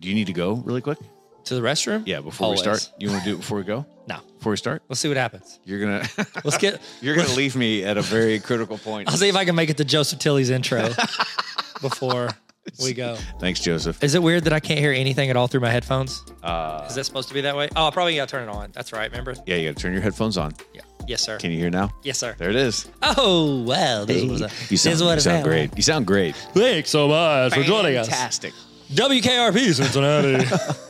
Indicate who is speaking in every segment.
Speaker 1: Do you need to go really quick?
Speaker 2: To the restroom?
Speaker 1: Yeah, before
Speaker 2: Always.
Speaker 1: we start. You want to do it before we go?
Speaker 2: No.
Speaker 1: Before we start,
Speaker 2: Let's see what happens.
Speaker 1: you're gonna
Speaker 2: Let's get.
Speaker 1: you're gonna leave me at a very critical point.
Speaker 2: I'll see if I can make it to Joseph Tilly's intro before we go.
Speaker 1: Thanks, Joseph.
Speaker 2: Is it weird that I can't hear anything at all through my headphones?
Speaker 1: Uh,
Speaker 2: Is that supposed to be that way? Oh, I probably gotta turn it on. That's right. Remember?
Speaker 1: yeah, you gotta turn your headphones on.
Speaker 2: Yeah. Yes, sir.
Speaker 1: Can you hear now?
Speaker 2: Yes, sir.
Speaker 1: There it is.
Speaker 2: Oh, well, this was a,
Speaker 1: you
Speaker 2: this
Speaker 1: sound,
Speaker 2: was
Speaker 1: you
Speaker 2: a
Speaker 1: sound
Speaker 2: bad
Speaker 1: great.
Speaker 2: one.
Speaker 1: You sound great.
Speaker 2: Thanks so much for joining us.
Speaker 1: Fantastic.
Speaker 2: WKRP Cincinnati.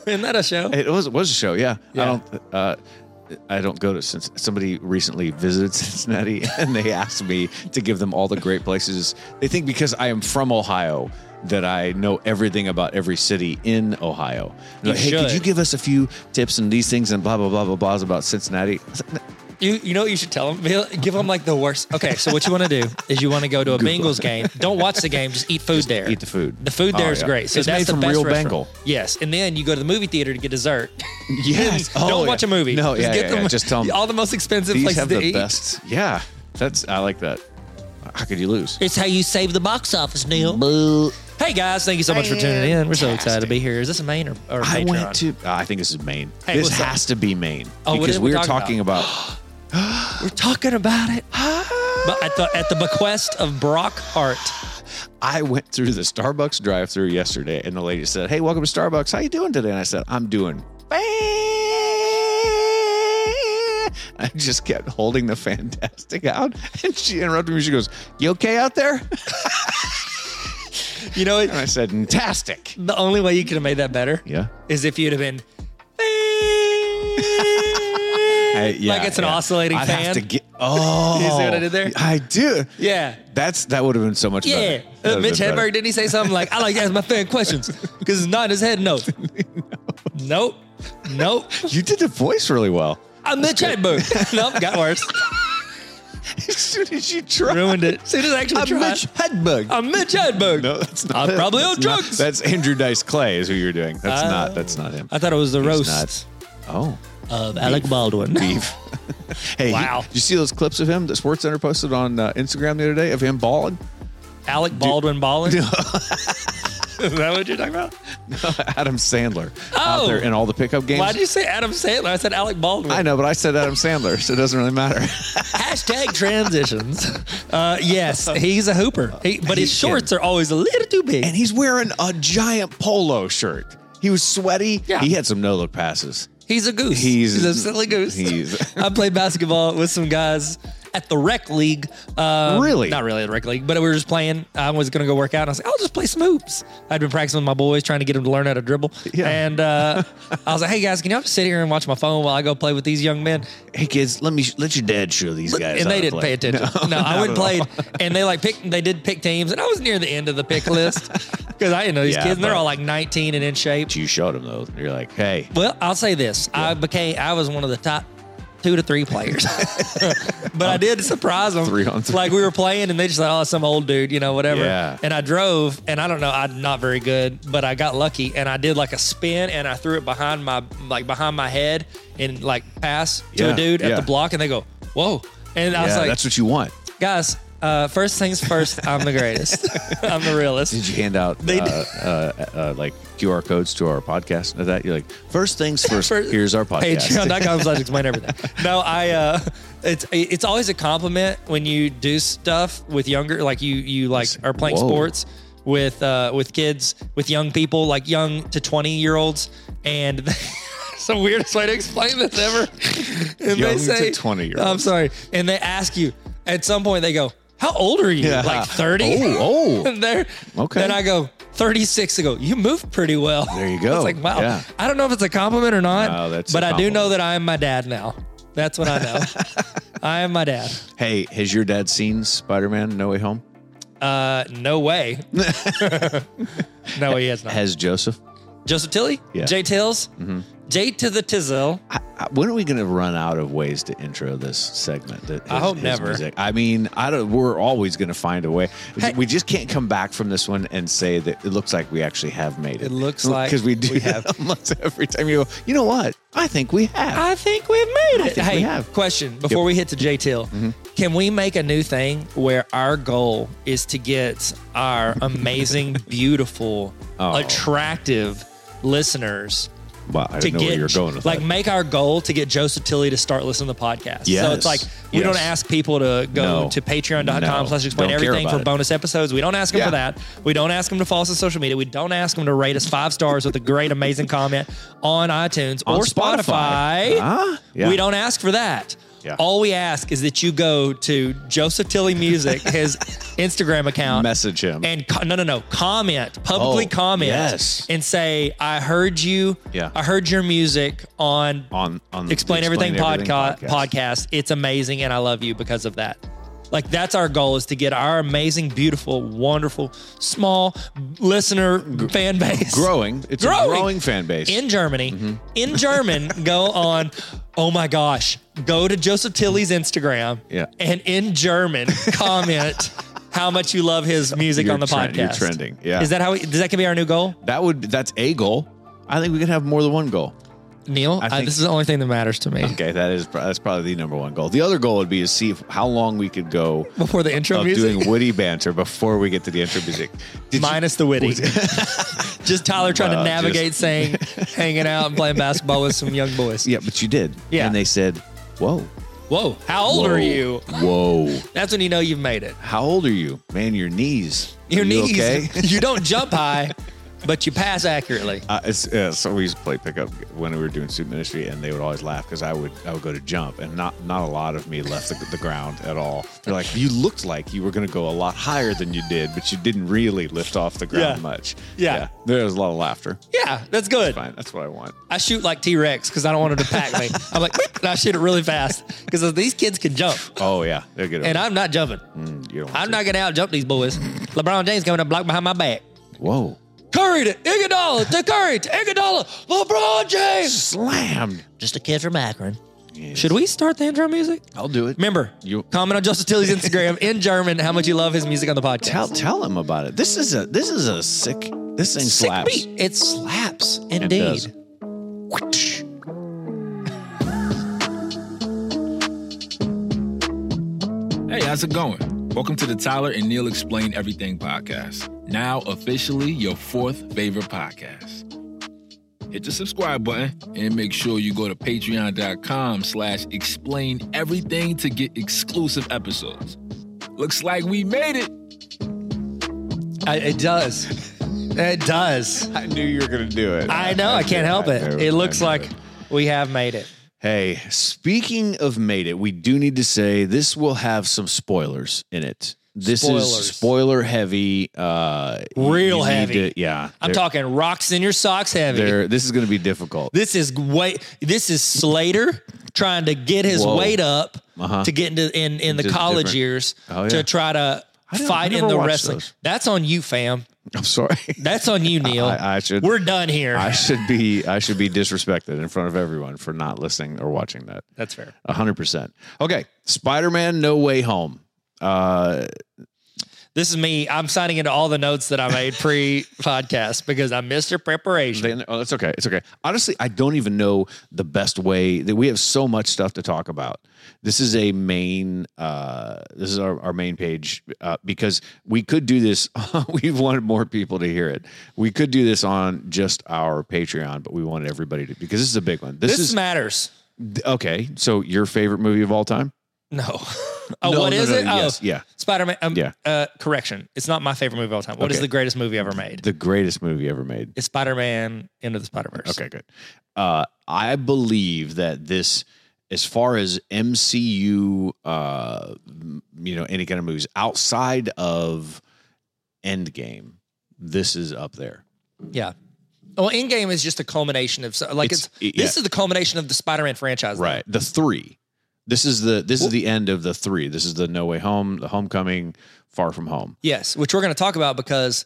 Speaker 2: Isn't that a show?
Speaker 1: It was was a show. Yeah. I
Speaker 2: Yeah.
Speaker 1: don't. Uh, I don't go to since somebody recently visited Cincinnati and they asked me to give them all the great places. They think because I am from Ohio that I know everything about every city in Ohio. They're
Speaker 2: You
Speaker 1: Like, hey, could
Speaker 2: should.
Speaker 1: you give us a few tips and these things and blah blah blah blah blahs about Cincinnati? I was like,
Speaker 2: You you know what you should tell them? Give them like the worst. Okay, so what you want to do is you want to go to a Bengals game. Don't watch the game. Just eat food there.
Speaker 1: eat the food.
Speaker 2: The food there
Speaker 1: Oh,
Speaker 2: is
Speaker 1: yeah.
Speaker 2: great. So
Speaker 1: It's
Speaker 2: that's
Speaker 1: made
Speaker 2: the
Speaker 1: from
Speaker 2: best
Speaker 1: real Bengal.
Speaker 2: restaurant. Yes, and then you go to the movie theater to get dessert.
Speaker 1: Yes.
Speaker 2: Don't
Speaker 1: Oh,
Speaker 2: watch
Speaker 1: yeah.
Speaker 2: a movie.
Speaker 1: No.
Speaker 2: Just
Speaker 1: yeah.
Speaker 2: get
Speaker 1: yeah,
Speaker 2: the-
Speaker 1: yeah. Just tell them.
Speaker 2: all the most expensive
Speaker 1: These
Speaker 2: places
Speaker 1: have the
Speaker 2: to eat.
Speaker 1: best. Yeah. That's. I like that. How could you lose?
Speaker 2: It's how you save the box office, Neil.
Speaker 1: Boo.
Speaker 2: Hey guys, thank you so much for tuning in. We're so excited to be here. Is this a main or, or a
Speaker 1: I
Speaker 2: Patreon?
Speaker 1: went to. uh, I think this is Maine.
Speaker 2: Hey,
Speaker 1: this
Speaker 2: what's up?
Speaker 1: has to be Maine
Speaker 2: Oh, what
Speaker 1: because
Speaker 2: did we
Speaker 1: we were
Speaker 2: talk about?
Speaker 1: talking about.
Speaker 2: We're talking about it. but at the at the bequest of Brock Hart.
Speaker 1: I went through the Starbucks drive-through yesterday, and the lady said, "Hey, welcome to Starbucks. How you doing today?" And I said, "I'm doing." fine." I just kept holding the fantastic out, and she interrupted me. She goes, "You okay out there?"
Speaker 2: You know,
Speaker 1: And I said, "Fantastic."
Speaker 2: the only way you could have made that better
Speaker 1: Yeah.
Speaker 2: is if you'd have been
Speaker 1: I- yeah,
Speaker 2: like it's an
Speaker 1: yeah.
Speaker 2: oscillating
Speaker 1: I'd
Speaker 2: fan.
Speaker 1: Have to get, oh,
Speaker 2: You see what I did there?
Speaker 1: I do.
Speaker 2: yeah.
Speaker 1: That's that would have been so much
Speaker 2: Yeah.
Speaker 1: better. That
Speaker 2: Uh,
Speaker 1: would've
Speaker 2: Mitch
Speaker 1: been better.
Speaker 2: Hedberg, didn't he say something like, I like to ask my fan questions because it's not in his head? No. Nope. Nope.
Speaker 1: You did the voice really well.
Speaker 2: I'm Mitch Hedberg. nope. Got worse.
Speaker 1: As soon as you tried,
Speaker 2: Ruined it. See, this actually
Speaker 1: I'm
Speaker 2: tried.
Speaker 1: Mitch Hedberg.
Speaker 2: I'm Mitch Hedberg.
Speaker 1: no, that's not.
Speaker 2: Uh, I'm
Speaker 1: it.
Speaker 2: probably
Speaker 1: That's
Speaker 2: on
Speaker 1: not-
Speaker 2: drugs.
Speaker 1: that's Andrew Dice Clay is who you're doing. That's
Speaker 2: Oh.
Speaker 1: not. That's not him.
Speaker 2: I thought it was the
Speaker 1: He's
Speaker 2: roast
Speaker 1: not. Oh,
Speaker 2: of Alec Baldwin.
Speaker 1: beef. hey, you-
Speaker 2: Wow.
Speaker 1: You, see those clips of him that Sports Center posted on uh, Instagram the other day of him balling?
Speaker 2: Alec Baldwin Ballin. Is that what you're talking about?
Speaker 1: Adam Sandler out
Speaker 2: Oh.
Speaker 1: there in all the pickup games.
Speaker 2: Why did you say Adam Sandler? I said Alec Baldwin.
Speaker 1: I know, but I said Adam Sandler, so it doesn't really matter.
Speaker 2: Hashtag transitions. Uh, yes, he's a hooper, he, but his
Speaker 1: He
Speaker 2: shorts are always a little too big.
Speaker 1: and he's wearing a giant polo shirt. He was sweaty.
Speaker 2: Yeah.
Speaker 1: He had some no look passes.
Speaker 2: He's a goose.
Speaker 1: He's-
Speaker 2: a silly goose.
Speaker 1: he's-
Speaker 2: I played basketball with some guys at the rec league. Um,
Speaker 1: Really?
Speaker 2: Not really at the rec league, but we were just playing. I was going to go work out. And I was like, I'll just play some hoops. I'd been practicing with my boys, trying to get them to learn how to dribble.
Speaker 1: Yeah.
Speaker 2: And uh, I was like, hey, guys, can y'all just sit here and watch my phone while I go play with these young men?
Speaker 1: Hey kids, let me let your dad show these guys.
Speaker 2: and
Speaker 1: how
Speaker 2: they
Speaker 1: to
Speaker 2: didn't
Speaker 1: play.
Speaker 2: pay attention. No, I went and played, and they like picked. They did pick teams, and I was near the end of the pick list because I didn't know these
Speaker 1: Yeah,
Speaker 2: kids. And they're
Speaker 1: but-
Speaker 2: all like 19 and in shape.
Speaker 1: You showed him though. You're like, hey,
Speaker 2: Well, I'll say this: I became, I was one of the top two to three players, but I did surprise them.
Speaker 1: Three on three.
Speaker 2: Like we were playing, and they just like, "Oh, some old dude," you know, whatever.
Speaker 1: Yeah.
Speaker 2: And I drove, and I don't know, I'm not very good, but I got lucky, and I did like a spin, and I threw it behind my like behind my head, and like pass to
Speaker 1: Yeah,
Speaker 2: a dude at
Speaker 1: yeah.
Speaker 2: the block, and they go, "Whoa!" And I was
Speaker 1: yeah,
Speaker 2: like,
Speaker 1: that's what you want.
Speaker 2: guys, uh, first things first, I'm the greatest. I'm the realest.
Speaker 1: Did you hand out
Speaker 2: They
Speaker 1: uh,
Speaker 2: did.
Speaker 1: uh, uh, like QR codes to our podcast and that? You're like, first things first.
Speaker 2: First-
Speaker 1: here's our podcast.
Speaker 2: Patreon.com slash explain everything. No, I, uh, it's, it's always a compliment when you do stuff with younger, like you, you like are playing
Speaker 1: Whoa.
Speaker 2: sports with, uh, with kids, with young people, like young to 20 year olds. And it's the weirdest way to explain this ever. And
Speaker 1: Young
Speaker 2: they
Speaker 1: to
Speaker 2: say,
Speaker 1: 20-year-olds.
Speaker 2: I'm sorry. And they ask you at some point, they go, how old are you?
Speaker 1: Yeah.
Speaker 2: Like 30?
Speaker 1: Oh, oh.
Speaker 2: there.
Speaker 1: Okay.
Speaker 2: Then I go 36 ago. You moved pretty well.
Speaker 1: There you go.
Speaker 2: It's like wow.
Speaker 1: Yeah.
Speaker 2: I don't know if it's a compliment or not,
Speaker 1: No, that's
Speaker 2: but
Speaker 1: a
Speaker 2: I do
Speaker 1: compliment.
Speaker 2: know that I am my dad now. That's what I know. I am my dad.
Speaker 1: hey, has your dad seen Spider Man No Way Home?
Speaker 2: Uh, no way. no, he has not.
Speaker 1: Has Joseph?
Speaker 2: Joseph Tilly,
Speaker 1: Yeah. Mm-hmm.
Speaker 2: J Tills, J to the Tizzle.
Speaker 1: I, I, when are we going to run out of ways to intro this segment? That
Speaker 2: I hope never.
Speaker 1: I mean, I don't. We're always going to find a way. we just can't come back from this one and say that it looks like we actually have made it.
Speaker 2: It looks like
Speaker 1: because we do
Speaker 2: we
Speaker 1: have
Speaker 2: have.
Speaker 1: almost every time. You go, you know what? I think we have.
Speaker 2: I think we've made it.
Speaker 1: think
Speaker 2: hey,
Speaker 1: we have. Mm-hmm.
Speaker 2: question before we hit to J Till. Can we make a new thing where our goal is to get our amazing, beautiful,
Speaker 1: Oh.
Speaker 2: attractive listeners
Speaker 1: Wow, I
Speaker 2: to
Speaker 1: didn't know
Speaker 2: get
Speaker 1: where you were going with
Speaker 2: like
Speaker 1: that.
Speaker 2: make our goal to get Joseph Tilly to start listening to the podcast. So
Speaker 1: Yes.
Speaker 2: it's like we
Speaker 1: Yes.
Speaker 2: don't ask people to go
Speaker 1: No.
Speaker 2: to patreon.com
Speaker 1: No.
Speaker 2: slash explain
Speaker 1: Don't care
Speaker 2: everything
Speaker 1: about
Speaker 2: for
Speaker 1: it.
Speaker 2: bonus episodes. We don't ask them
Speaker 1: Yeah.
Speaker 2: for that. We don't ask them to follow us on social media. We don't ask them to rate us five stars with a great, amazing comment on iTunes
Speaker 1: On
Speaker 2: or Spotify.
Speaker 1: Huh? Yeah.
Speaker 2: We don't ask for that.
Speaker 1: Yeah.
Speaker 2: All we ask is that you go to Joseph Tilly Music, his Instagram account,
Speaker 1: message him.
Speaker 2: and co- no, no, no, comment publicly
Speaker 1: Oh,
Speaker 2: comment
Speaker 1: yes.
Speaker 2: and say I heard you.
Speaker 1: Yeah.
Speaker 2: I heard your music on,
Speaker 1: on on the
Speaker 2: Explain, Everything, podca- podcast. It's amazing, and I love you because of that. Like that's our goal is to get our amazing, beautiful, wonderful, small listener fan base
Speaker 1: Growing. It's a growing fan base. Mm-hmm.
Speaker 2: in Germany. In German, go on. Oh my gosh, go to Joseph Tilly's Instagram.
Speaker 1: Yeah.
Speaker 2: and in German, comment how much you love his music
Speaker 1: You're
Speaker 2: on the
Speaker 1: trend-
Speaker 2: podcast.
Speaker 1: you're trending, yeah.
Speaker 2: is that how? We, does that can be our new goal,
Speaker 1: that would that's a goal. I think we can have more than one goal.
Speaker 2: Neil? I
Speaker 1: think-
Speaker 2: this is the only thing that matters to me.
Speaker 1: Okay, that is that's probably the number one goal. The other goal would be to see if, how long we could go
Speaker 2: Before the intro
Speaker 1: of
Speaker 2: music,
Speaker 1: doing Woody banter before we get to the intro music. Did you-
Speaker 2: minus the witty. just Tyler trying
Speaker 1: Well,
Speaker 2: to
Speaker 1: just-
Speaker 2: navigate, saying, hanging out and playing basketball with some young boys.
Speaker 1: yeah, but you did.
Speaker 2: Yeah.
Speaker 1: and they said, "Whoa,
Speaker 2: Whoa, how old
Speaker 1: whoa,
Speaker 2: are you?
Speaker 1: Whoa,
Speaker 2: That's when you know you've made it.
Speaker 1: how old are you, man? Your knees,
Speaker 2: Your
Speaker 1: Are you
Speaker 2: knees.
Speaker 1: okay?"
Speaker 2: you don't jump high, but you pass accurately.
Speaker 1: Uh, it's, uh, so we used to play pickup when we were doing student ministry, and they would always laugh because I would I would go to jump, and not not a lot of me left the, the ground at all. They're like, you looked like you were going to go a lot higher than you did, but you didn't really lift off the ground
Speaker 2: Yeah.
Speaker 1: much.
Speaker 2: Yeah.
Speaker 1: there was a lot of laughter.
Speaker 2: Yeah, that's good.
Speaker 1: Fine, that's what I want.
Speaker 2: I shoot like T Rex because I don't want him to pack me. I'm like, and I shoot it really fast because these kids can jump,
Speaker 1: Oh yeah, they'll get over.
Speaker 2: and
Speaker 1: it.
Speaker 2: I'm not jumping.
Speaker 1: Mm, you don't want
Speaker 2: I'm
Speaker 1: to.
Speaker 2: not gonna out jump these boys. LeBron James coming to block behind my back.
Speaker 1: Whoa!
Speaker 2: Curry to Iguodala to Curry to Iguodala. LeBron James,
Speaker 1: Slammed.
Speaker 2: just a kid from Akron.
Speaker 1: Yes.
Speaker 2: Should we start the intro music?
Speaker 1: I'll do it.
Speaker 2: Remember,
Speaker 1: You-
Speaker 2: comment on Justin Tilly's Instagram in German how much you love his music on the podcast.
Speaker 1: tell tell him about it. This is a this is a sick. This thing
Speaker 2: Sick
Speaker 1: slaps.
Speaker 2: beat. It slaps
Speaker 1: It
Speaker 2: indeed.
Speaker 1: does.
Speaker 3: Hey, how's it going? Welcome to the Tyler and Neil Explain Everything podcast. Now, officially your fourth favorite podcast. Hit the subscribe button and make sure you go to patreon.com slash explain everything to get exclusive episodes. Looks like we made it.
Speaker 2: I- it does. It does.
Speaker 1: I knew you were going to do it.
Speaker 2: I know. I can't
Speaker 1: knew-
Speaker 2: help
Speaker 1: I
Speaker 2: it.
Speaker 1: knew-
Speaker 2: It looks
Speaker 1: I knew
Speaker 2: like
Speaker 1: it.
Speaker 2: we have made it.
Speaker 1: Hey, speaking of made it, we do need to say this will have some spoilers in it. This
Speaker 2: Spoilers.
Speaker 1: is spoiler heavy. Uh, you-
Speaker 2: Real
Speaker 1: you need
Speaker 2: heavy.
Speaker 1: to- yeah,
Speaker 2: I'm
Speaker 1: They're-
Speaker 2: talking rocks in your socks heavy.
Speaker 1: they're- This is going to be difficult.
Speaker 2: This is way. This is Slater trying to get his
Speaker 1: Whoa.
Speaker 2: weight up
Speaker 1: Uh-huh.
Speaker 2: to get into in in the
Speaker 1: Just
Speaker 2: college
Speaker 1: different.
Speaker 2: years
Speaker 1: Oh, yeah.
Speaker 2: to try to
Speaker 1: don't- I
Speaker 2: fight in
Speaker 1: never
Speaker 2: the
Speaker 1: watched
Speaker 2: wrestling.
Speaker 1: those.
Speaker 2: That's on you, fam.
Speaker 1: I'm sorry.
Speaker 2: That's on you, Neil.
Speaker 1: I- I should-
Speaker 2: We're done here.
Speaker 1: I should be I should be disrespected in front of everyone for not listening or watching that.
Speaker 2: That's fair.
Speaker 1: A hundred percent. Okay, Spider-Man: No Way Home. Uh,
Speaker 2: This is me. I'm signing into all the notes that I made pre-podcast because I missed your preparation.
Speaker 1: They- oh, that's okay. It's okay. Honestly, I don't even know the best way that we have so much stuff to talk about. This is a main. Uh, this is our, our main page uh, because we could do this. we've wanted more people to hear it. We could do this on just our Patreon, but we wanted everybody to because this is a big one. This,
Speaker 2: This,
Speaker 1: is
Speaker 2: matters.
Speaker 1: okay. So your favorite movie of all time?
Speaker 2: No. oh,
Speaker 1: No,
Speaker 2: what
Speaker 1: no,
Speaker 2: is
Speaker 1: no,
Speaker 2: it? Oh,
Speaker 1: yes, yeah.
Speaker 2: Spider Man. Um,
Speaker 1: Yeah.
Speaker 2: Uh, correction. It's not my favorite movie of all time. What is
Speaker 1: Okay.
Speaker 2: the greatest movie ever made?
Speaker 1: The greatest movie ever made.
Speaker 2: It's Spider Man Into the Spider Verse.
Speaker 1: Okay, good. Uh, I believe that this, as far as MCU, uh, m- you know, any kind of movies outside of Endgame, this is up there.
Speaker 2: Yeah. Well, Endgame is just a culmination of so, like it's,
Speaker 1: It's- it-
Speaker 2: this is the culmination of the Spider Man franchise.
Speaker 1: Right, the three. This is the this is the end of the three. This is the No Way Home, the Homecoming, Far From Home.
Speaker 2: Yes, which we're going to talk about because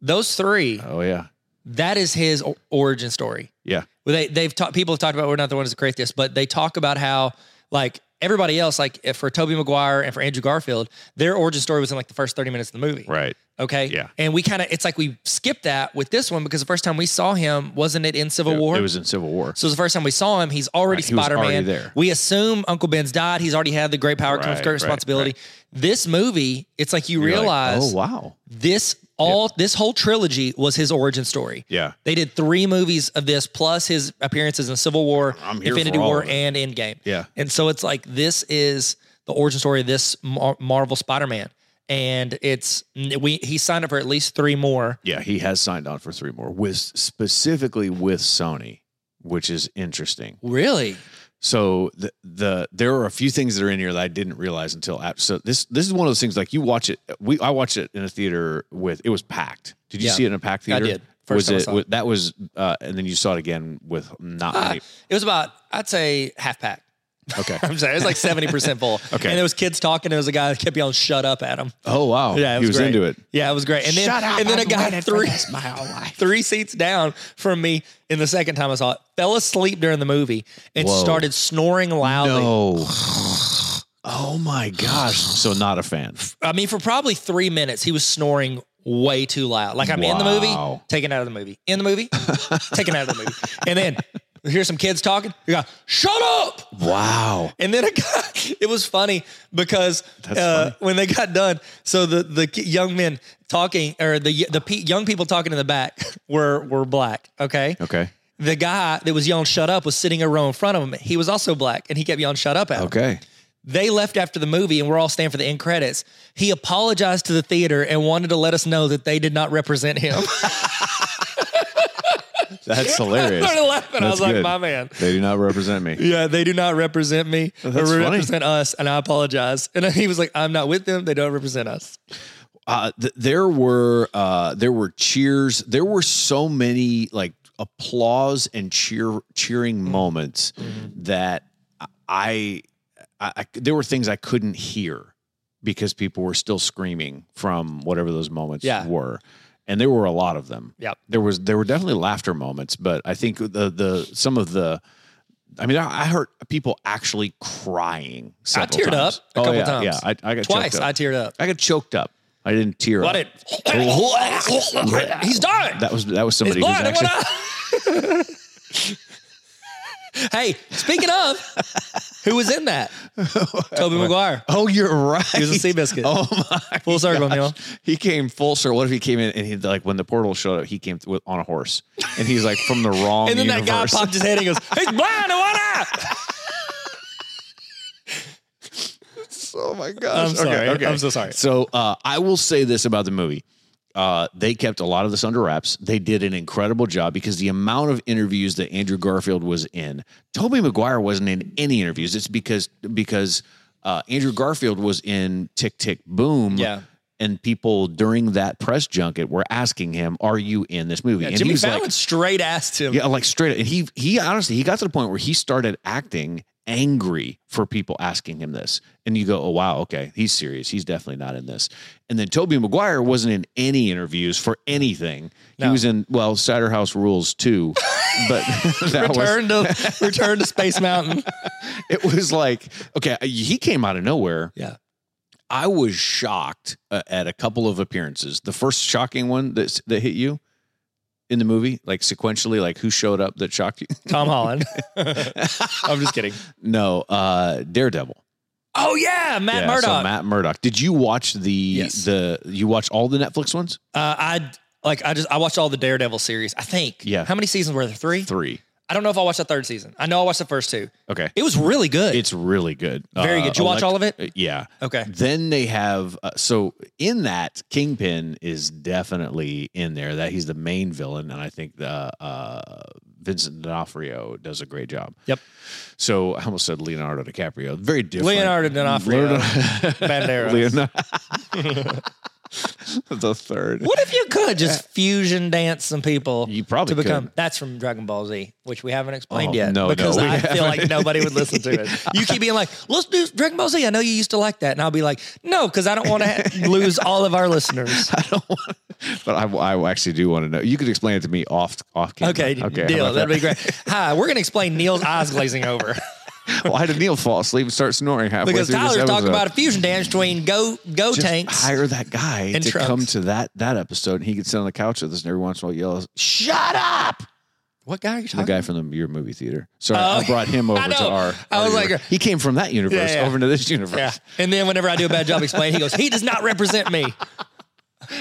Speaker 2: those three
Speaker 1: Oh yeah,
Speaker 2: that is his o- origin story.
Speaker 1: yeah,
Speaker 2: Well, they they've talked. People have talked about we're not the ones that create this, but they talk about how like everybody else, like if for Toby Maguire and for Andrew Garfield, their origin story was in like the first thirty minutes of the movie.
Speaker 1: right.
Speaker 2: Okay.
Speaker 1: Yeah.
Speaker 2: And we kind of it's like we skipped that with this one because the first time we saw him wasn't it in Civil War?
Speaker 1: It was in Civil War.
Speaker 2: so the first time we saw him, he's already
Speaker 1: Right, he was
Speaker 2: Spider Man.
Speaker 1: already there.
Speaker 2: We assume Uncle Ben's died. He's already had the great power comes
Speaker 1: Right,
Speaker 2: great
Speaker 1: right,
Speaker 2: responsibility. This movie, it's like you
Speaker 1: You're like,
Speaker 2: realize
Speaker 1: oh wow,
Speaker 2: this All this whole trilogy was his origin story.
Speaker 1: Yeah.
Speaker 2: They did three movies of this, plus his appearances in Civil War,
Speaker 1: I'm here
Speaker 2: Infinity
Speaker 1: for all
Speaker 2: War,
Speaker 1: of it.
Speaker 2: and Endgame.
Speaker 1: Yeah.
Speaker 2: And so it's like this is the origin story of this Mar- Marvel Spider-Man, and it's we he signed up for at least three more.
Speaker 1: Yeah, he has signed on for three more with specifically with Sony, which is interesting.
Speaker 2: Really?
Speaker 1: So the the there are a few things that are in here that I didn't realize until after. So this this is one of those things like you watch it. We I watched it in a theater with it was packed. Did you
Speaker 2: Yeah.
Speaker 1: see it in a packed
Speaker 2: I
Speaker 1: theater?
Speaker 2: did. First time I
Speaker 1: was
Speaker 2: saw
Speaker 1: it,
Speaker 2: it.
Speaker 1: wa- that was uh, and then you saw it again with not
Speaker 2: Uh,
Speaker 1: many.
Speaker 2: it was about I'd say half pack.
Speaker 1: Okay.
Speaker 2: I'm sorry, it was like seventy percent full.
Speaker 1: Okay.
Speaker 2: And there was kids talking. And there was a guy that kept yelling "Shut up" at him.
Speaker 1: Oh wow.
Speaker 2: Yeah, it
Speaker 1: he was
Speaker 2: great.
Speaker 1: into it.
Speaker 2: Yeah, it was great. And then and then a guy three three seats down from me in the second time I saw it fell asleep during the movie and
Speaker 1: Whoa.
Speaker 2: started snoring loudly.
Speaker 1: No. Oh my gosh. So not a fan.
Speaker 2: I mean, for probably three minutes, he was snoring way too loud. Like I'm in the movie,
Speaker 1: Wow.
Speaker 2: taken out of the movie, in the movie, taken out of the movie, and then hear some kids talking. You go, shut up.
Speaker 1: Wow.
Speaker 2: And then it got, it was funny because
Speaker 1: That's
Speaker 2: uh,
Speaker 1: funny.
Speaker 2: when they got done, so the the ki- young men talking or the the pe- young people talking in the back were were black. Okay.
Speaker 1: Okay.
Speaker 2: The guy that was yelling "shut up" was sitting a row in front of him. He was also black, and he kept yelling "shut up" at him.
Speaker 1: Okay.
Speaker 2: They left after the movie, and we're all staying for the end credits. He apologized to the theater and wanted to let us know that they did not represent him.
Speaker 1: That's
Speaker 2: I
Speaker 1: hilarious.
Speaker 2: started laughing. I
Speaker 1: That's
Speaker 2: was like,
Speaker 1: good.
Speaker 2: "My man."
Speaker 1: They do not represent me.
Speaker 2: Yeah, they do not represent me or
Speaker 1: that's funny.
Speaker 2: represent us, and I apologize. And he was like, "I'm not with them. They don't represent us."
Speaker 1: Uh, th- there were uh, there were cheers. There were so many like applause and cheer cheering
Speaker 2: Mm-hmm.
Speaker 1: moments that I, I, I there were things I couldn't hear because people were still screaming from whatever those moments
Speaker 2: Yeah.
Speaker 1: were. And there were a lot of them.
Speaker 2: Yep.
Speaker 1: There was there were definitely laughter moments, but I think the the some of the I mean, I, I heard people actually crying. several
Speaker 2: teared
Speaker 1: times. Oh,
Speaker 2: up a couple
Speaker 1: yeah,
Speaker 2: times.
Speaker 1: Yeah, I, I got
Speaker 2: Twice
Speaker 1: choked up.
Speaker 2: I teared up.
Speaker 1: I got choked up. I didn't tear
Speaker 2: What
Speaker 1: up.
Speaker 2: it? He's dying.
Speaker 1: That was that was
Speaker 2: He's
Speaker 1: somebody who's
Speaker 2: blind. in
Speaker 1: actually
Speaker 2: one eye. hey, speaking of, who was in that? Toby Maguire.
Speaker 1: Oh, you're right. He
Speaker 2: was a Seabiscuit.
Speaker 1: Oh my.
Speaker 2: Full circle,
Speaker 1: gosh.
Speaker 2: Neil.
Speaker 1: He came full circle. What if he came in and he like when the portal showed up, he came with, on a horse and he's like from the wrong
Speaker 2: And then that guy
Speaker 1: universe.
Speaker 2: popped his head and goes, "He's blind in one eye."
Speaker 1: oh my gosh.
Speaker 2: I'm sorry. I'm so sorry.
Speaker 1: So uh, I will say this about the movie. Uh, they kept a lot of this under wraps. They did an incredible job because the amount of interviews that Andrew Garfield was in, Toby Maguire wasn't in any interviews. It's because because uh, Andrew Garfield was in Tick Tick Boom.
Speaker 2: Yeah.
Speaker 1: And people during that press junket were asking him, "Are you in this movie?" and
Speaker 2: Jimmy
Speaker 1: was
Speaker 2: Fallon
Speaker 1: like,
Speaker 2: straight asked him.
Speaker 1: yeah, like straight up. And he he honestly he got to the point where he started acting angry for people asking him this. And you go, Oh wow, okay, he's serious. He's definitely not in this. And then Toby Maguire wasn't in any interviews for anything. He
Speaker 2: No.
Speaker 1: was in well, Cider House Rules too. But that was
Speaker 2: Return to return to Space Mountain.
Speaker 1: it was like, okay, uh, he came out of nowhere.
Speaker 2: Yeah.
Speaker 1: I was shocked uh, at a couple of appearances. The first shocking one that that hit you in the movie, like sequentially, like who showed up that shocked you?
Speaker 2: Tom Holland. I'm just kidding.
Speaker 1: No, uh Daredevil.
Speaker 2: Oh yeah, Matt
Speaker 1: Yeah,
Speaker 2: Murdock.
Speaker 1: So Matt Murdock. Did you watch the
Speaker 2: Yes.
Speaker 1: the you watch all the Netflix ones?
Speaker 2: Uh, I like I just I watched all the Daredevil series. I think.
Speaker 1: Yeah.
Speaker 2: How many seasons were there? Three.
Speaker 1: Three.
Speaker 2: I don't know if I watched the third season. I know I watched the first two.
Speaker 1: Okay.
Speaker 2: It was really good.
Speaker 1: It's really good.
Speaker 2: Very good. Did you watch all of it?
Speaker 1: Uh, Yeah.
Speaker 2: okay.
Speaker 1: Then they have uh, so in that Kingpin is definitely in there. That he's the main villain, and I think the uh, Vincent D'Onofrio does a great job.
Speaker 2: Yep.
Speaker 1: So I almost said Leonardo DiCaprio. Very different.
Speaker 2: Leonardo D'Onofrio. Banderas.
Speaker 1: Leonardo. the third.
Speaker 2: What if you could just fusion dance some people?
Speaker 1: Uh, You probably
Speaker 2: to become
Speaker 1: could.
Speaker 2: that's from Dragon Ball Z, which we haven't explained
Speaker 1: Oh,
Speaker 2: yet
Speaker 1: no, no,
Speaker 2: because
Speaker 1: we
Speaker 2: I feel
Speaker 1: haven't.
Speaker 2: like nobody would listen to it. You keep being like, "Let's do Dragon Ball Z." I know you used to like that, and I'll be like, "No," because I don't want to ha- lose all of our listeners.
Speaker 1: I don't want, but I, I actually do want to know. You could explain it to me off off camera.
Speaker 2: Okay,
Speaker 1: how
Speaker 2: deal.
Speaker 1: about that?
Speaker 2: That'd be great. Hi, we're gonna explain Neil's eyes glazing over.
Speaker 1: Why did Neil fall asleep and start snoring halfway
Speaker 2: because
Speaker 1: through this
Speaker 2: Tyler's talking
Speaker 1: episode?
Speaker 2: about a fusion dance between go go
Speaker 1: Just
Speaker 2: tanks.
Speaker 1: Hire that guy
Speaker 2: and
Speaker 1: to
Speaker 2: trucks.
Speaker 1: come to that that episode, and he could sit on the couch with us, and every once in a while yell, "Shut up!"
Speaker 2: what guy are you
Speaker 1: The
Speaker 2: talking?
Speaker 1: guy from the your movie theater. Sorry,
Speaker 2: Oh.
Speaker 1: I brought him over
Speaker 2: I
Speaker 1: to
Speaker 2: know.
Speaker 1: our.
Speaker 2: I
Speaker 1: our
Speaker 2: was like- uh,
Speaker 1: universe. he came from that universe
Speaker 2: Yeah, yeah.
Speaker 1: over into this universe.
Speaker 2: Yeah. And then whenever I do a bad job explaining, he goes, "He does not represent me."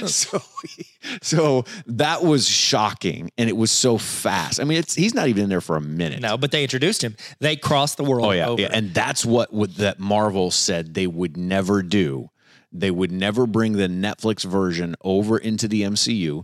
Speaker 1: so he- so that was shocking and it was so fast. I mean, it's he's not even in there for a minute.
Speaker 2: No, but they introduced him. They crossed the world
Speaker 1: Oh yeah,
Speaker 2: over.
Speaker 1: yeah. and that's what would, that Marvel said they would never do. They would never bring the Netflix version over into the MCU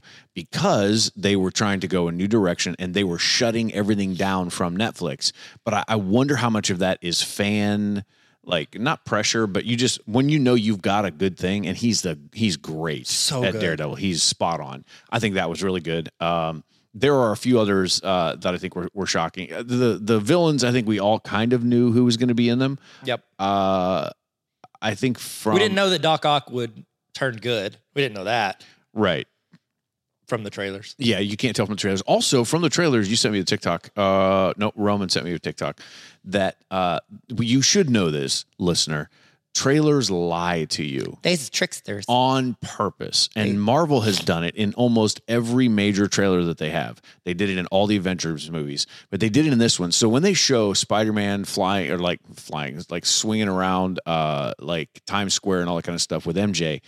Speaker 1: because they were trying to go a new direction and they were shutting everything down from Netflix. But I, I wonder how much of that is fan like not pressure, but you just when you know you've got a good thing and he's the he's great
Speaker 2: So
Speaker 1: at
Speaker 2: good.
Speaker 1: Daredevil. He's spot on. I think that was really good. Um, there are a few others uh, that I think were, were shocking. Uh, The the villains, I think we all kind of knew who was going to be in them.
Speaker 2: Yep.
Speaker 1: Uh, I think from
Speaker 2: we didn't know that Doc Ock would turn good. We didn't know that
Speaker 1: right.
Speaker 2: from the trailers.
Speaker 1: Yeah, you can't tell from the trailers. Also, from the trailers, you sent me the TikTok. Uh, no, Roman sent me a TikTok that uh, you should know this, listener. Trailers lie to you.
Speaker 2: They's tricksters.
Speaker 1: on purpose. And
Speaker 2: They-
Speaker 1: Marvel has done it in almost every major trailer that they have. They did it in all the Avengers movies, but they did it in this one. So when they show Spider-Man flying or like flying, like swinging around uh like Times Square and all that kind of stuff with MJ,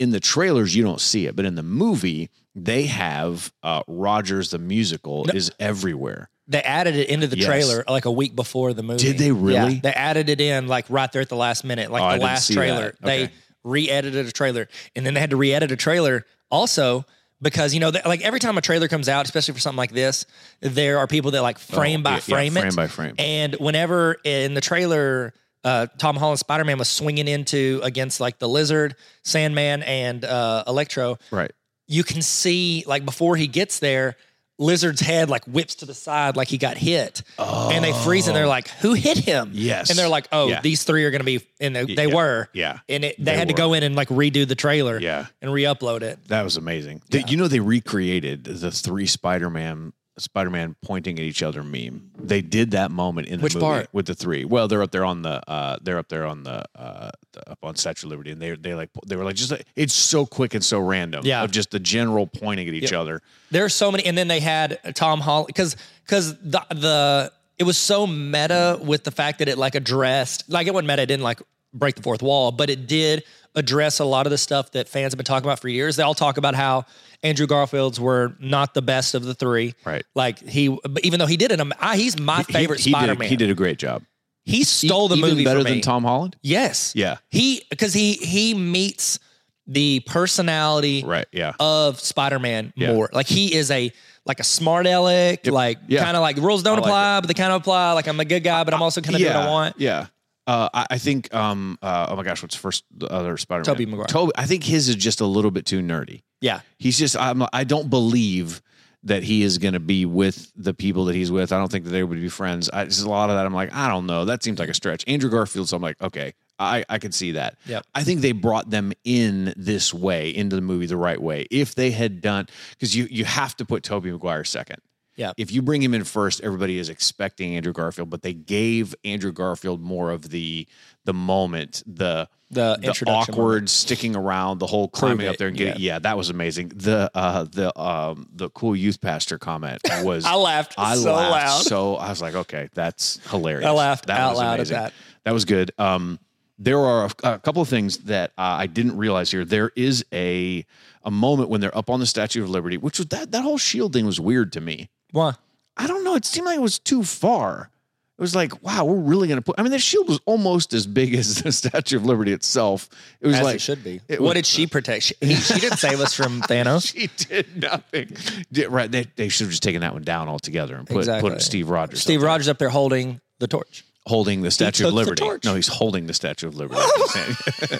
Speaker 1: in the trailers you don't see it, but in the movie they have uh Rogers the musical is everywhere.
Speaker 2: They added it into the
Speaker 1: Yes.
Speaker 2: trailer like a week before the movie.
Speaker 1: Did they really?
Speaker 2: Yeah, they added it in like right there at the last minute, like
Speaker 1: Oh, I
Speaker 2: the
Speaker 1: didn't
Speaker 2: last
Speaker 1: see that.
Speaker 2: trailer. They
Speaker 1: Okay.
Speaker 2: re-edited a trailer, and then they had to re-edit a trailer also because you know, they, like every time a trailer comes out, especially for something like this, there are people that like frame
Speaker 1: Oh,
Speaker 2: by
Speaker 1: yeah, yeah,
Speaker 2: frame it,
Speaker 1: frame by frame.
Speaker 2: And whenever in the trailer, uh, Tom Holland Spider Man was swinging into against like the Lizard, Sandman, and uh, Electro,
Speaker 1: Right.
Speaker 2: you can see like before he gets there, Lizard's head like whips to the side like he got hit, and they freeze and they're like, "Who hit him?"
Speaker 1: Oh. Yes.
Speaker 2: and they're like, "Oh,
Speaker 1: Yeah.
Speaker 2: these three are going to be," and they, they
Speaker 1: Yeah.
Speaker 2: were,
Speaker 1: Yeah.
Speaker 2: and it, they,
Speaker 1: They
Speaker 2: had to
Speaker 1: were.
Speaker 2: go in and like redo the trailer,
Speaker 1: Yeah.
Speaker 2: and re-upload it.
Speaker 1: That was amazing. They- you know, they recreated the three Spider-Man Spider-Man pointing at each other meme. They did that moment in the
Speaker 2: Which
Speaker 1: movie
Speaker 2: part?
Speaker 1: with the three. Well, they're up there on the uh, they're up there on the, uh, the up on Statue of Liberty, and they they like they were like just like, it's so quick and so random.
Speaker 2: Yeah.
Speaker 1: of just the general pointing at each other.
Speaker 2: There are so many, and then they had Tom Holland because because the the it was so meta with the fact that it like addressed like it wasn't meta, it didn't like break the fourth wall, but it did address a lot of the stuff that fans have been talking about for years. They all talk about how Andrew Garfield's were not the best of the three,
Speaker 1: Right.
Speaker 2: Like he, but even though he did it, I'm- I, he's
Speaker 1: He-
Speaker 2: my favorite E-
Speaker 1: he, did-
Speaker 2: Spider Man.
Speaker 1: He did a great job.
Speaker 2: He stole the
Speaker 1: Even
Speaker 2: movie
Speaker 1: better
Speaker 2: for me.
Speaker 1: than Tom Holland.
Speaker 2: Yes,
Speaker 1: Yeah.
Speaker 2: He because he he meets the personality
Speaker 1: Right. Yeah.
Speaker 2: of Spider-Man
Speaker 1: Yeah.
Speaker 2: more. Like he is a like a smart aleck, like
Speaker 1: Yeah.
Speaker 2: kind of like the rules don't
Speaker 1: I like
Speaker 2: apply, but they kind of apply. Like I'm a good guy, but I'm also kind of do what I want.
Speaker 1: Yeah. Uh, I, I think. Um. Uh, oh my gosh, what's the first the other Spider-Man?
Speaker 2: Tobey Maguire.
Speaker 1: Toby. I think his is just a little bit too nerdy.
Speaker 2: Yeah.
Speaker 1: He's just I'm I don't believe that he is going to be with the people that he's with. I don't think that they would be friends. I, just a lot of that. I'm like, I don't know. That seems like a stretch. Andrew Garfield. So I'm like, okay, I I can see that.
Speaker 2: Yep.
Speaker 1: I think they brought them in this way into the movie the right way. If they had done because you you have to put Toby Maguire second.
Speaker 2: Yep.
Speaker 1: If you bring him in first, everybody is expecting Andrew Garfield, but they gave Andrew Garfield more of the the moment, the
Speaker 2: The
Speaker 1: the
Speaker 2: introduction
Speaker 1: awkward sticking around, the whole climbing up
Speaker 2: it,
Speaker 1: there and getting yeah. that was amazing. The uh the um the cool youth pastor comment was
Speaker 2: I laughed
Speaker 1: I
Speaker 2: so
Speaker 1: laughed
Speaker 2: loud.
Speaker 1: so I was like, okay, that's hilarious.
Speaker 2: I laughed out
Speaker 1: was
Speaker 2: loud at
Speaker 1: amazing.
Speaker 2: that.
Speaker 1: That was good. Um there are a, a couple of things that uh, I didn't realize here. There is a a moment when they're up on the Statue of Liberty, which was that that whole shield thing was weird to me.
Speaker 2: Why?
Speaker 1: I don't know. It seemed like it was too far. It was like, wow, we're really gonna put. I mean, the shield was almost as big as the Statue of Liberty itself. It was
Speaker 2: As
Speaker 1: like
Speaker 2: it should be.
Speaker 1: it
Speaker 2: what
Speaker 1: was-
Speaker 2: did she protect? She, he- she didn't save us from Thanos.
Speaker 1: She did nothing. Did- right? They, they should have just taken that one down altogether and put
Speaker 2: Exactly.
Speaker 1: put Steve Rogers.
Speaker 2: Steve
Speaker 1: up there
Speaker 2: Rogers up there holding the torch.
Speaker 1: holding the Statue
Speaker 2: took
Speaker 1: of
Speaker 2: the
Speaker 1: Liberty.
Speaker 2: torch.
Speaker 1: No, he's holding the Statue of Liberty.
Speaker 2: All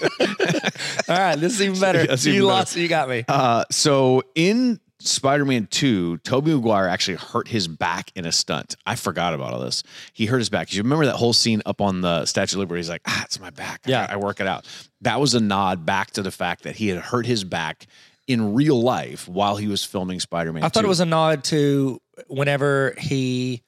Speaker 2: right, this is even better.
Speaker 1: That's
Speaker 2: you
Speaker 1: even better.
Speaker 2: lost. You got me.
Speaker 1: Uh, so in Spider-Man 2, Tobey Maguire actually hurt his back in a stunt. I forgot about all this. He hurt his back. You remember that whole scene up on the Statue of Liberty? He's like, ah, it's my back. I-
Speaker 2: Yeah.
Speaker 1: I, work it out. That was a nod back to the fact that he had hurt his back in real life while he was filming Spider-Man
Speaker 2: I thought
Speaker 1: 2.
Speaker 2: it was a nod to whenever he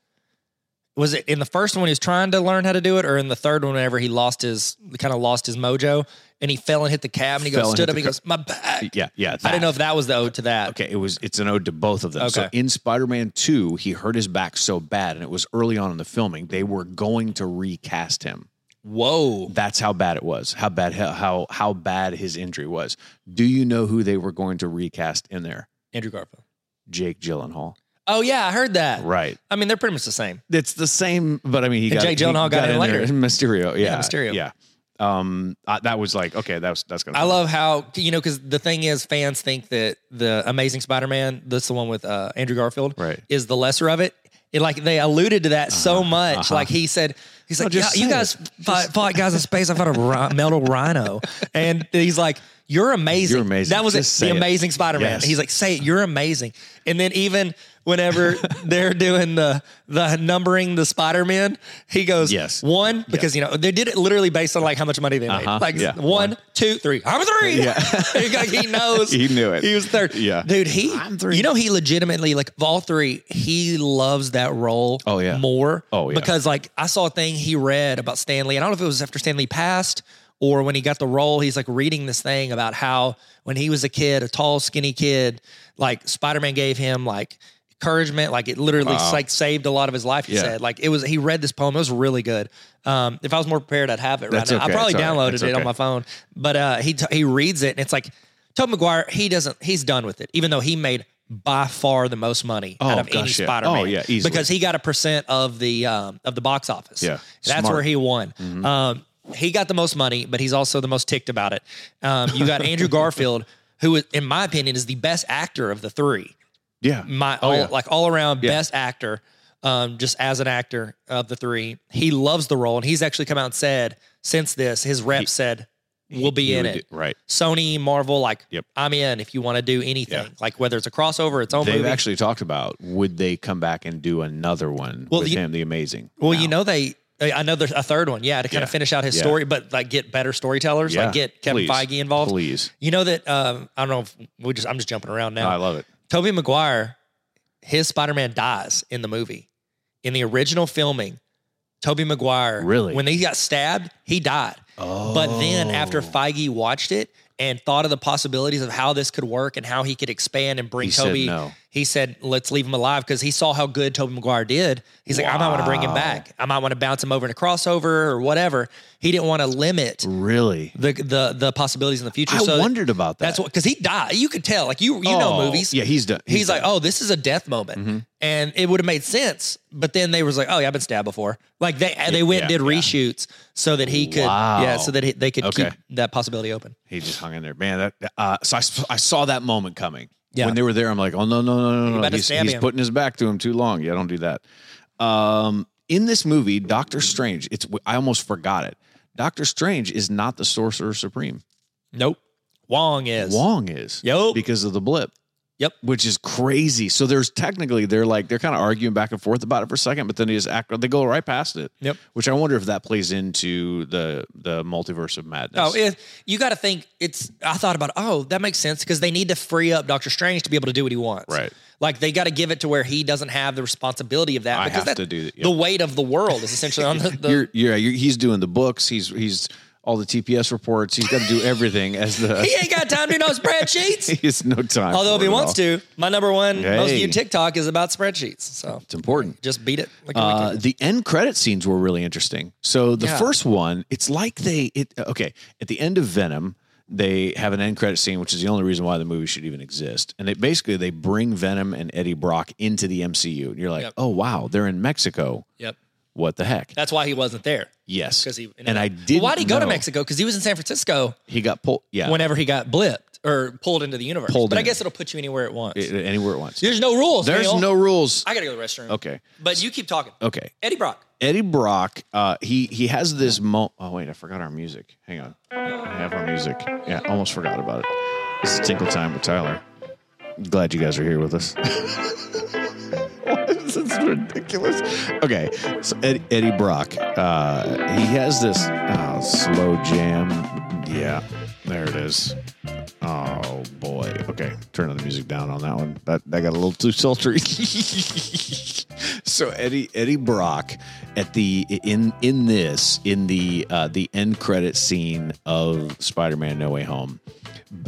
Speaker 2: was it in the first one he was trying to learn how to do it, or in the third one whenever he lost his kind of lost his mojo and he fell and hit the cab and he
Speaker 1: Fell
Speaker 2: goes
Speaker 1: and hit
Speaker 2: stood up and
Speaker 1: the
Speaker 2: he goes my back.
Speaker 1: Yeah, yeah.
Speaker 2: I
Speaker 1: that.
Speaker 2: didn't know if that was the ode to that.
Speaker 1: Okay, it was it's an ode to both of them. So
Speaker 2: Okay.
Speaker 1: in Spider-Man 2, he hurt his back so bad and it was early on in the filming, they were going to recast him.
Speaker 2: Whoa.
Speaker 1: That's how bad it was. How bad how how, how bad his injury was. Do you know who they were going to recast in there?
Speaker 2: Andrew Garfield.
Speaker 1: Jake Gyllenhaal.
Speaker 2: Oh yeah, I heard that.
Speaker 1: Right.
Speaker 2: I mean, they're pretty much the same.
Speaker 1: It's the same, but I mean, he
Speaker 2: And
Speaker 1: got
Speaker 2: Jake
Speaker 1: he
Speaker 2: Gyllenhaal got in
Speaker 1: there.
Speaker 2: later.
Speaker 1: Mysterio. Yeah,
Speaker 2: Mysterio.
Speaker 1: Yeah. Um, I, that was like okay. That was that's gonna.
Speaker 2: I love how you know because the thing is, fans think that the Amazing Spider-Man, that's the one with uh, Andrew Garfield,
Speaker 1: Right.
Speaker 2: is the lesser of it. It like they alluded to that so much.
Speaker 1: uh-huh.
Speaker 2: Like he said, he's
Speaker 1: No,
Speaker 2: like,
Speaker 1: just
Speaker 2: "Yeah, you
Speaker 1: say
Speaker 2: guys
Speaker 1: it.
Speaker 2: fought, fought guys in space. I fought a ri- metal rhino, and he's like. You're amazing.
Speaker 1: You're amazing.
Speaker 2: That was
Speaker 1: Just
Speaker 2: it.
Speaker 1: say
Speaker 2: The
Speaker 1: it.
Speaker 2: Amazing Spider-Man.
Speaker 1: Yes.
Speaker 2: He's like, say it. You're amazing. And then even whenever they're doing the the numbering the Spider-Man, he goes,
Speaker 1: Yes.
Speaker 2: one because you know they did it literally based on like how much money they made.
Speaker 1: Uh-huh.
Speaker 2: Like
Speaker 1: Yeah.
Speaker 2: one, two, three. I'm a three.
Speaker 1: Yeah.
Speaker 2: like he knows.
Speaker 1: He knew it.
Speaker 2: He was third.
Speaker 1: Yeah.
Speaker 2: Dude, he
Speaker 1: I'm three.
Speaker 2: you know he legitimately like of all three, he loves that role
Speaker 1: Oh, yeah.
Speaker 2: more.
Speaker 1: Oh, yeah.
Speaker 2: Because like I saw a thing he read about Stanley. I don't know if it was after Stanley passed or when he got the role, he's like reading this thing about how when he was a kid, a tall, skinny kid, like Spider-Man gave him like encouragement. Like it literally
Speaker 1: Wow.
Speaker 2: like saved a lot of his life. He
Speaker 1: Yeah.
Speaker 2: said like it was, he read this poem. It was really good. Um, if I was more prepared, I'd have it right
Speaker 1: That's
Speaker 2: now. I
Speaker 1: okay.
Speaker 2: probably
Speaker 1: It's all right.
Speaker 2: downloaded
Speaker 1: It's
Speaker 2: it on
Speaker 1: okay.
Speaker 2: my phone, but, uh, he, t- he reads it and it's like Tobey Maguire, he doesn't, he's done with it, even though he made by far the most money out
Speaker 1: Oh,
Speaker 2: of any
Speaker 1: gosh, yeah.
Speaker 2: Spider-Man.
Speaker 1: Oh, yeah, easily.
Speaker 2: Because he got a percent of the, um, of the box office.
Speaker 1: Yeah.
Speaker 2: That's
Speaker 1: Smart. Mm-hmm.
Speaker 2: where he won. Um, he got the most money, but he's also the most ticked about it. Um, you got Andrew Garfield, who, is- in my opinion, is the best actor of the three
Speaker 1: yeah.
Speaker 2: my
Speaker 1: Oh,
Speaker 2: all,
Speaker 1: yeah.
Speaker 2: like all around best actor, um, just as an actor of the three. He loves the role, and he's actually come out and said since this, his rep said, "We'll be
Speaker 1: He
Speaker 2: in
Speaker 1: would
Speaker 2: it."
Speaker 1: do- right.
Speaker 2: Sony, Marvel, like
Speaker 1: Yep.
Speaker 2: I'm in. If you want to do anything,
Speaker 1: Yeah.
Speaker 2: like whether it's a crossover, its own
Speaker 1: They've
Speaker 2: movie.
Speaker 1: actually talked about would they come back and do another one
Speaker 2: Well,
Speaker 1: with
Speaker 2: you-
Speaker 1: him, the amazing.
Speaker 2: well, you know they. uh, I know there's a third one, yeah, to kind
Speaker 1: Yeah.
Speaker 2: of finish out his
Speaker 1: Yeah.
Speaker 2: story, but like get better storytellers,
Speaker 1: Yeah.
Speaker 2: like get Kevin
Speaker 1: Please.
Speaker 2: Feige involved.
Speaker 1: Please.
Speaker 2: You know that um, I don't know. if We just I'm just jumping around now.
Speaker 1: I love it.
Speaker 2: Toby Maguire, his Spider-Man dies in the movie. In the original filming, Toby Maguire
Speaker 1: Really?
Speaker 2: when he got stabbed, he died.
Speaker 1: Oh,
Speaker 2: But then after Feige watched it and thought of the possibilities of how this could work and how he could expand and bring
Speaker 1: He said
Speaker 2: Toby,
Speaker 1: no.
Speaker 2: he said, let's leave him alive because he saw how good Toby Maguire did. He's like, I might want to bring him
Speaker 1: Wow.
Speaker 2: back. I might want to bounce him over in a crossover or whatever. He didn't want to limit
Speaker 1: Really?
Speaker 2: the the the possibilities in the future.
Speaker 1: I
Speaker 2: so
Speaker 1: wondered about that.
Speaker 2: that's what because he died. You could tell, like you you know
Speaker 1: Oh,
Speaker 2: movies
Speaker 1: Yeah, he's Mm-hmm. done.
Speaker 2: he's, like, oh, this is a death moment, and it would have made sense. But then they was like, oh yeah, I've been stabbed before. Like they they went and
Speaker 1: yeah,
Speaker 2: did
Speaker 1: yeah.
Speaker 2: reshoots so that he could,
Speaker 1: Wow.
Speaker 2: yeah, so that he, they could
Speaker 1: Okay.
Speaker 2: keep that possibility open.
Speaker 1: He just hung in there, man. That uh, so I, sp- I saw that moment coming.
Speaker 2: Yeah.
Speaker 1: When they were there, I'm like, oh no no no no no!
Speaker 2: better
Speaker 1: He's,
Speaker 2: stab
Speaker 1: he's
Speaker 2: him.
Speaker 1: putting his back to him too long. Yeah, don't do that. Um, in this movie, Doctor Strange, it's I almost forgot it. Doctor Strange is not the Sorcerer Supreme.
Speaker 2: Nope, Wong is
Speaker 1: Wong is.
Speaker 2: Yup.
Speaker 1: Because of the blip.
Speaker 2: Yep.
Speaker 1: Which is crazy. So there's technically they're like they're kind of arguing back and forth about it for a second, but then they just act they go right past it.
Speaker 2: Yep.
Speaker 1: Which I wonder if that plays into the the multiverse of madness.
Speaker 2: Oh, it, you got to think it's. I thought about, oh, that makes sense because they need to free up Doctor Strange to be able to do what he wants.
Speaker 1: Right.
Speaker 2: Like they got to give it to where he doesn't have the responsibility of that.
Speaker 1: I
Speaker 2: because
Speaker 1: have
Speaker 2: that-
Speaker 1: to do that,
Speaker 2: The weight of the world is essentially on the. the
Speaker 1: you're, you're, you're he's doing the books. He's he's all the TPS reports. He's got to do everything as
Speaker 2: he
Speaker 1: the
Speaker 2: ain't got time to do no spreadsheets.
Speaker 1: he has no time.
Speaker 2: Although if
Speaker 1: for
Speaker 2: he
Speaker 1: it at
Speaker 2: wants
Speaker 1: all.
Speaker 2: to, my number one most
Speaker 1: Hey.
Speaker 2: viewed TikTok is about spreadsheets. So
Speaker 1: it's important.
Speaker 2: just beat it. Like a
Speaker 1: Uh,
Speaker 2: weekend.
Speaker 1: the end credit scenes were really interesting. So the
Speaker 2: Yeah.
Speaker 1: first one, it's like they it okay at the end of Venom, they have an end credit scene, which is the only reason why the movie should even exist. And it basically they bring Venom and Eddie Brock into the MCU, and you're like,
Speaker 2: Yep.
Speaker 1: oh wow, they're in Mexico.
Speaker 2: yep.
Speaker 1: What the heck?
Speaker 2: That's why he wasn't there.
Speaker 1: yes,
Speaker 2: 'Cause he-
Speaker 1: and I
Speaker 2: Well,
Speaker 1: did.
Speaker 2: why'd he go to Mexico? Because he was in San Francisco
Speaker 1: He got pulled. Yeah,
Speaker 2: whenever he got blipped or pulled into the universe.
Speaker 1: Pulled
Speaker 2: but I
Speaker 1: in.
Speaker 2: guess it'll put you anywhere it wants.
Speaker 1: It- anywhere at once.
Speaker 2: There's no rules.
Speaker 1: There's
Speaker 2: Neil.
Speaker 1: no rules.
Speaker 2: I gotta go to the restroom.
Speaker 1: Okay,
Speaker 2: But you keep talking.
Speaker 1: okay.
Speaker 2: Eddie Brock.
Speaker 1: Eddie Brock, uh, he he has this mo. Oh wait, I forgot our music. Hang on, I have our music. Yeah, almost forgot about it. It's Tinkle Time with Tyler. Glad you guys are here with us. this is ridiculous. Okay, so Ed, Eddie Brock, uh, he has this uh, slow jam. Yeah, there it is. Oh boy. Okay, turn the music down on that one. That that got a little too sultry. so Eddie Eddie Brock at the in in this in the uh, the end credit scene of Spider-Man: No Way Home.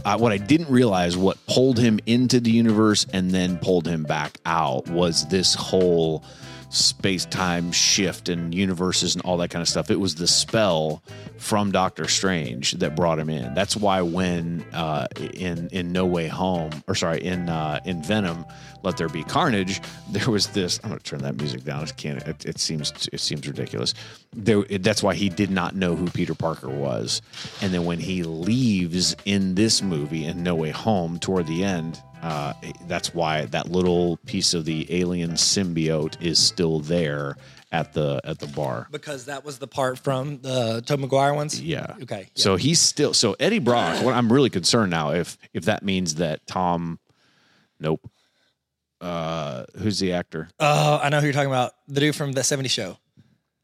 Speaker 1: I, what I didn't realize, what pulled him into the universe and then pulled him back out, was this whole space time shift and universes and all that kind of stuff. It was the spell from Doctor Strange that brought him in. That's why when uh, in in No Way Home or sorry in uh, in Venom, Let There Be Carnage, there was this. I'm gonna turn that music down. I can't. It, it seems it seems ridiculous. There. It, that's why he did not know who Peter Parker was, and then when he leaves in this movie in No Way Home toward the end, uh, that's why that little piece of the alien symbiote is still there at the at the bar.
Speaker 2: because that was the part from the Tobey Maguire ones.
Speaker 1: Yeah.
Speaker 2: Okay. yeah.
Speaker 1: So he's still so Eddie Brock. What I'm really concerned now if if that means that Tom, nope. Uh, who's the actor?
Speaker 2: Oh, I know who you're talking about. The dude from the 70 show. Are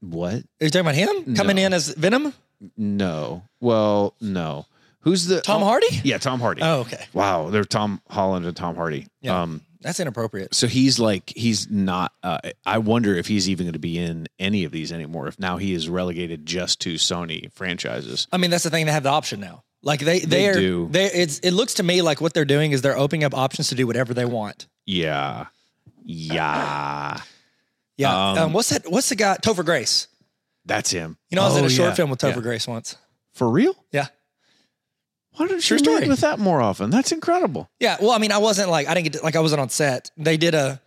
Speaker 1: What?
Speaker 2: you talking about him coming
Speaker 1: No.
Speaker 2: in as Venom?
Speaker 1: No. Well, no. Who's the
Speaker 2: Tom
Speaker 1: oh,
Speaker 2: Hardy?
Speaker 1: Yeah, Tom Hardy.
Speaker 2: Oh, okay.
Speaker 1: Wow, they're Tom Holland and Tom Hardy.
Speaker 2: Yeah.
Speaker 1: Um,
Speaker 2: That's inappropriate.
Speaker 1: so he's like he's not uh, i wonder if he's even going to be in any of these anymore if now he is relegated just to sony franchises
Speaker 2: I mean, that's the thing. They have the option now. Like they, they,
Speaker 1: They
Speaker 2: are,
Speaker 1: do.
Speaker 2: They, it's, it looks to me like what they're doing is they're opening up options to do whatever they want.
Speaker 1: yeah yeah
Speaker 2: Yeah.
Speaker 1: Um,
Speaker 2: Um, what's that? What's the guy? Topher Grace.
Speaker 1: that's him
Speaker 2: You know, I was in
Speaker 1: Oh,
Speaker 2: a short
Speaker 1: yeah.
Speaker 2: film with Topher
Speaker 1: Yeah.
Speaker 2: Grace once.
Speaker 1: for real
Speaker 2: Yeah.
Speaker 1: why don't
Speaker 2: True
Speaker 1: you story
Speaker 2: story.
Speaker 1: with that more often that's incredible
Speaker 2: Yeah. Well, I mean, I wasn't like I didn't get to, like I wasn't on set. They did a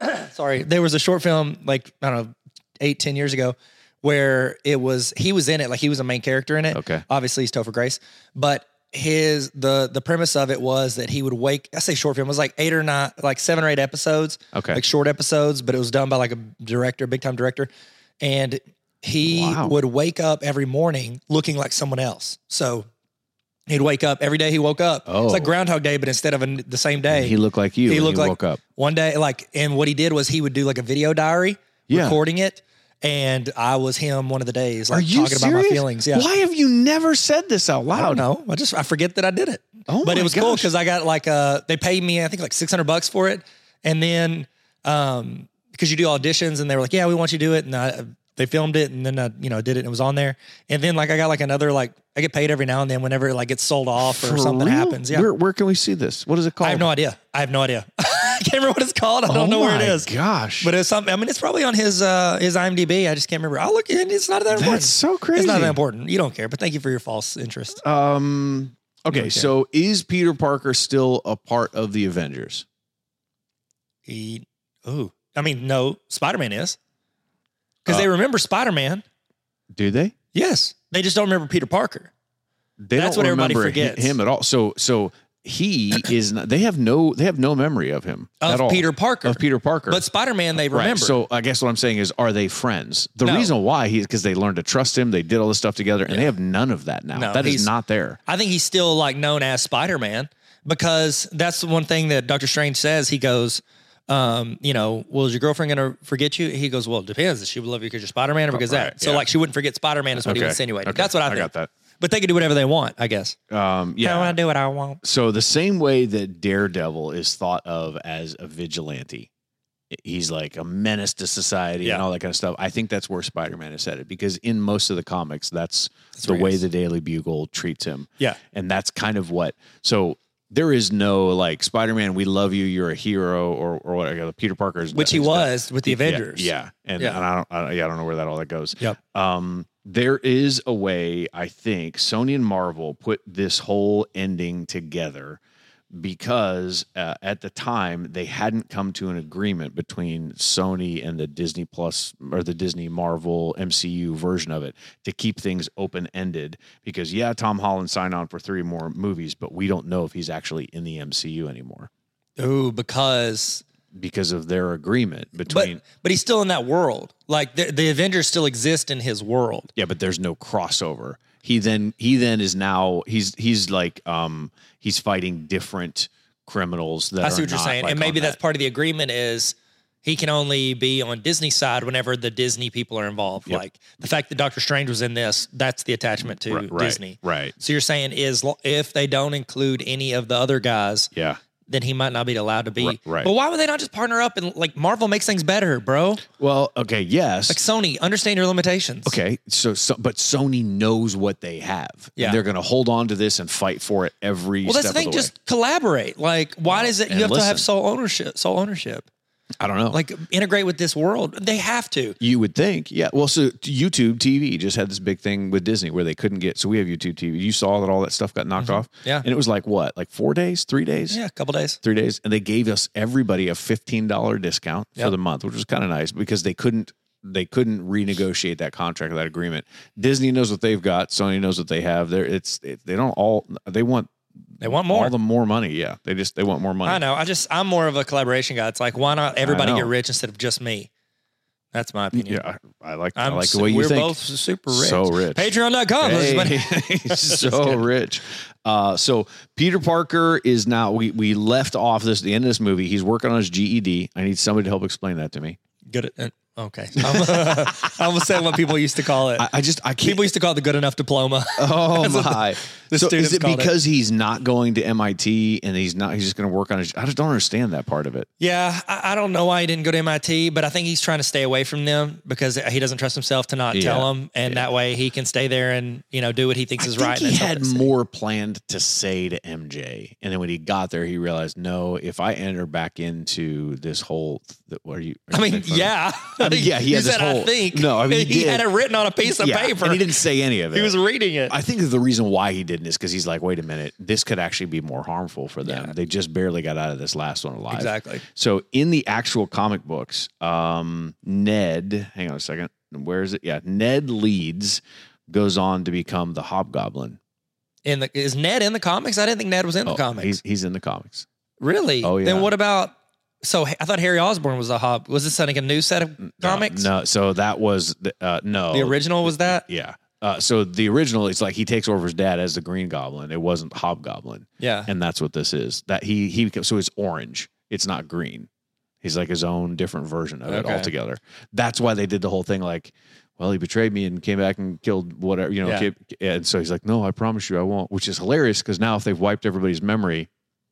Speaker 2: sorry. There was a short film like I don't know eight ten years ago where it was he was in it like he was a main character in it.
Speaker 1: Okay.
Speaker 2: Obviously, he's Topher Grace, but his the the premise of it was that he would wake. I say short film it was like eight or nine, like seven or eight episodes.
Speaker 1: Okay.
Speaker 2: Like short episodes, but it was done by like a director, big time director, and he
Speaker 1: Wow.
Speaker 2: would wake up every morning looking like someone else. So. He'd wake up every day. He woke up.
Speaker 1: Oh.
Speaker 2: It's like Groundhog Day, but instead of a, n- the same day,
Speaker 1: he looked like you
Speaker 2: He
Speaker 1: when
Speaker 2: looked
Speaker 1: you
Speaker 2: like-
Speaker 1: woke up
Speaker 2: one day, like, and what he did was he would do like a video diary,
Speaker 1: Yeah.
Speaker 2: recording it, and I was him one of the days, like
Speaker 1: are you
Speaker 2: talking
Speaker 1: serious?
Speaker 2: about my feelings. Yeah,
Speaker 1: why have you never said this out
Speaker 2: I don't
Speaker 1: loud
Speaker 2: know. Oh, I just I forget that I did it.
Speaker 1: Oh
Speaker 2: but
Speaker 1: my
Speaker 2: it was cool
Speaker 1: gosh.
Speaker 2: because I got like uh they paid me I think like six hundred bucks for it, and then um because you do auditions and they were like yeah we want you to do it and I, they filmed it and then I you know did it and it was on there and then like I got like another like I get paid every now and then whenever it like gets sold off or
Speaker 1: For
Speaker 2: something
Speaker 1: real?
Speaker 2: happens yeah
Speaker 1: where, where can we see this what is it called
Speaker 2: I have no idea I have no idea I can't remember what it's called I don't
Speaker 1: oh
Speaker 2: know where it
Speaker 1: my
Speaker 2: is
Speaker 1: gosh
Speaker 2: but it's something. I mean, it's probably on his uh his IMDb. I just can't remember. I'll look. in. It's not that important.
Speaker 1: that's so crazy
Speaker 2: It's not that important. You don't care. But thank you for your false interest.
Speaker 1: Um. Okay,
Speaker 2: Okay.
Speaker 1: so is Peter Parker still a part of the Avengers?
Speaker 2: He, ooh. I mean, no. Spider Man is because they
Speaker 1: Uh,
Speaker 2: remember Spider Man.
Speaker 1: Do they?
Speaker 2: Yes, they just don't remember Peter Parker.
Speaker 1: They
Speaker 2: That's what everybody
Speaker 1: remember hi-
Speaker 2: forgets.
Speaker 1: Him at all. So so he is. Not, they have no. They have no memory of him at all.
Speaker 2: Of Uh, Peter Parker.
Speaker 1: Of Peter Parker.
Speaker 2: But Spider Man, they remember.
Speaker 1: Right. So I guess what I'm saying is, are they friends? The
Speaker 2: No.
Speaker 1: reason why he because they learned to trust him. They did all this stuff together, and they have none of that now.
Speaker 2: No,
Speaker 1: that is
Speaker 2: he's-
Speaker 1: not there.
Speaker 2: I think he's still like known as Spider Man because that's the one thing that Doctor Strange says. He goes, um, you know, well, is your girlfriend going to forget you? He goes, well, it depends. Does she love you because you're Spider Man or because
Speaker 1: right,
Speaker 2: that? So,
Speaker 1: yeah.
Speaker 2: like, she wouldn't forget Spider Man is what he
Speaker 1: Okay,
Speaker 2: was insinuating.
Speaker 1: okay,
Speaker 2: That's what I
Speaker 1: I
Speaker 2: think.
Speaker 1: got
Speaker 2: But they can do whatever they want, I guess.
Speaker 1: Um. Yeah.
Speaker 2: I want to do what I want.
Speaker 1: So the same way that Daredevil is thought of as a vigilante, he's like a menace to society and
Speaker 2: Yeah.
Speaker 1: all that kind of stuff. I think that's where Spider-Man is headed because in most of the comics, that's, the
Speaker 2: where he
Speaker 1: way
Speaker 2: is.
Speaker 1: the Daily Bugle treats him.
Speaker 2: Yeah.
Speaker 1: And that's kind of what so there is no like Spider-Man, we love you, you're a hero or or whatever. Peter Parker's
Speaker 2: Which he
Speaker 1: he's not-
Speaker 2: was with the Avengers.
Speaker 1: Yeah. yeah. And,
Speaker 2: Yeah.
Speaker 1: and I don't I, don't- yeah, I don't know where that all that goes.
Speaker 2: Yep.
Speaker 1: Um, there is a way, I think, Sony and Marvel put this whole ending together because uh, at the time they hadn't come to an agreement between Sony and the Disney Plus or the Disney Marvel MCU version of it to keep things open ended. Because, yeah, Tom Holland signed on for three more movies, but we don't know if he's actually in the MCU anymore
Speaker 2: Ooh, because.
Speaker 1: because of their agreement
Speaker 2: But,
Speaker 1: between.
Speaker 2: but he's still in that world. Like, the, the Avengers still exist in his world.
Speaker 1: Yeah, but there's no crossover. He then he then is now he's he's like um he's fighting different criminals that
Speaker 2: I see
Speaker 1: are
Speaker 2: what you're
Speaker 1: not,
Speaker 2: saying.
Speaker 1: like,
Speaker 2: and maybe
Speaker 1: on
Speaker 2: that's
Speaker 1: that-
Speaker 2: part of the agreement is he can only be on Disney side whenever the Disney people are involved.
Speaker 1: Yep.
Speaker 2: Like the fact that Doctor Strange was in this, that's the attachment to
Speaker 1: Right, right,
Speaker 2: Disney.
Speaker 1: Right.
Speaker 2: So you're saying is lo- if they don't include any of the other guys,
Speaker 1: Yeah.
Speaker 2: then he might not be allowed to be.
Speaker 1: Right, right.
Speaker 2: But why would they not just partner up and like Marvel makes things better, bro?
Speaker 1: Well, okay, yes.
Speaker 2: Like Sony, understand your limitations.
Speaker 1: Okay, so, so but Sony knows what they have.
Speaker 2: Yeah.
Speaker 1: and they're going to hold on to this and fight for it every.
Speaker 2: Well, that's
Speaker 1: step
Speaker 2: the
Speaker 1: of
Speaker 2: thing.
Speaker 1: way.
Speaker 2: Just collaborate. Like, why is it you
Speaker 1: and
Speaker 2: have to have
Speaker 1: listen.
Speaker 2: sole ownership? Sole ownership.
Speaker 1: I don't know. Like
Speaker 2: Like integrate with this world. They have to.
Speaker 1: you would think, yeah. Well, so YouTube TV just had this big thing with Disney where they couldn't get. So we have YouTube TV. You saw that all that stuff got knocked off.
Speaker 2: Mm-hmm. Yeah.
Speaker 1: and it was like what, like four days, three days,
Speaker 2: Yeah, a couple days.
Speaker 1: three days, and they gave us everybody a fifteen dollar discount for
Speaker 2: Yep.
Speaker 1: the month, which was kind of nice because they couldn't they couldn't renegotiate that contract or that agreement. Disney knows what they've got. Sony knows what they have. They're it's it, they don't all they want
Speaker 2: They want more.
Speaker 1: all the more money. Yeah, they just they want more money.
Speaker 2: I know. I just I'm more of a collaboration guy. It's like why not everybody
Speaker 1: know.
Speaker 2: get rich instead of just me? That's my opinion.
Speaker 1: Yeah, I, I like i
Speaker 2: I'm
Speaker 1: like the
Speaker 2: su-
Speaker 1: way you
Speaker 2: we're
Speaker 1: think.
Speaker 2: both super rich.
Speaker 1: So rich.
Speaker 2: Patreon.com.
Speaker 1: Hey,
Speaker 2: Hey.
Speaker 1: he's so rich. Uh, so Peter Parker is now. We we left off this the end of this movie. He's working on his GED. I need somebody to help explain that to me.
Speaker 2: Good. At, uh, okay. I'm, I'm gonna say what people used to call it.
Speaker 1: I, I just I can't.
Speaker 2: people used to call it the good enough diploma.
Speaker 1: Oh
Speaker 2: That's what
Speaker 1: my!
Speaker 2: the
Speaker 1: so is
Speaker 2: students
Speaker 1: it
Speaker 2: called it.
Speaker 1: because he's not going to MIT and he's not? He's just going to work on his. I just don't understand that part of it.
Speaker 2: yeah, I, I don't know why he didn't go to MIT, but I think he's trying to stay away from them because he doesn't trust himself to not
Speaker 1: Yeah.
Speaker 2: tell them, and that way he can stay there and you know do what he thinks
Speaker 1: I
Speaker 2: is
Speaker 1: think
Speaker 2: right. and
Speaker 1: he
Speaker 2: that's all
Speaker 1: had
Speaker 2: they say.
Speaker 1: more planned to say to MJ, and then when he got there, he realized, no, if I enter back into this whole, th- what are you? are
Speaker 2: I
Speaker 1: you
Speaker 2: mean,
Speaker 1: making fun of me?
Speaker 2: yeah,
Speaker 1: I mean, yeah, he
Speaker 2: You
Speaker 1: had this
Speaker 2: said,
Speaker 1: whole-
Speaker 2: I think.
Speaker 1: No, I mean, he
Speaker 2: he,
Speaker 1: did.
Speaker 2: had it written on a piece of
Speaker 1: Yeah,
Speaker 2: paper.
Speaker 1: and he didn't say any of it.
Speaker 2: He was reading it.
Speaker 1: I think the reason why he didn't is because he's like, wait a minute, this could actually be more harmful for them.
Speaker 2: Yeah.
Speaker 1: They just barely got out of this last one alive.
Speaker 2: exactly.
Speaker 1: So in the actual comic books, um, Ned, hang on a second, where is it? Yeah, Ned Leeds goes on to become the Hobgoblin.
Speaker 2: In the is Ned in the comics? I didn't think Ned was in the
Speaker 1: Oh,
Speaker 2: comics.
Speaker 1: He's he's in the comics.
Speaker 2: really?
Speaker 1: Oh, yeah.
Speaker 2: Then what about? So I thought Harry Osborn was a hob. Was this like a new set of
Speaker 1: No,
Speaker 2: comics?
Speaker 1: No, so that was the, uh, no
Speaker 2: the original was that.
Speaker 1: Yeah. Uh, so the original, it's like he takes over his dad as the Green Goblin. It wasn't Hobgoblin.
Speaker 2: Yeah.
Speaker 1: and that's what this is. That he he becomes so it's orange. It's not green. He's like his own different version of it
Speaker 2: Okay.
Speaker 1: altogether. That's why they did the whole thing like, well, he betrayed me and came back and killed whatever you know.
Speaker 2: Yeah.
Speaker 1: kid and so he's like, no, I promise you, I won't. Which is hilarious because now if they've wiped everybody's memory,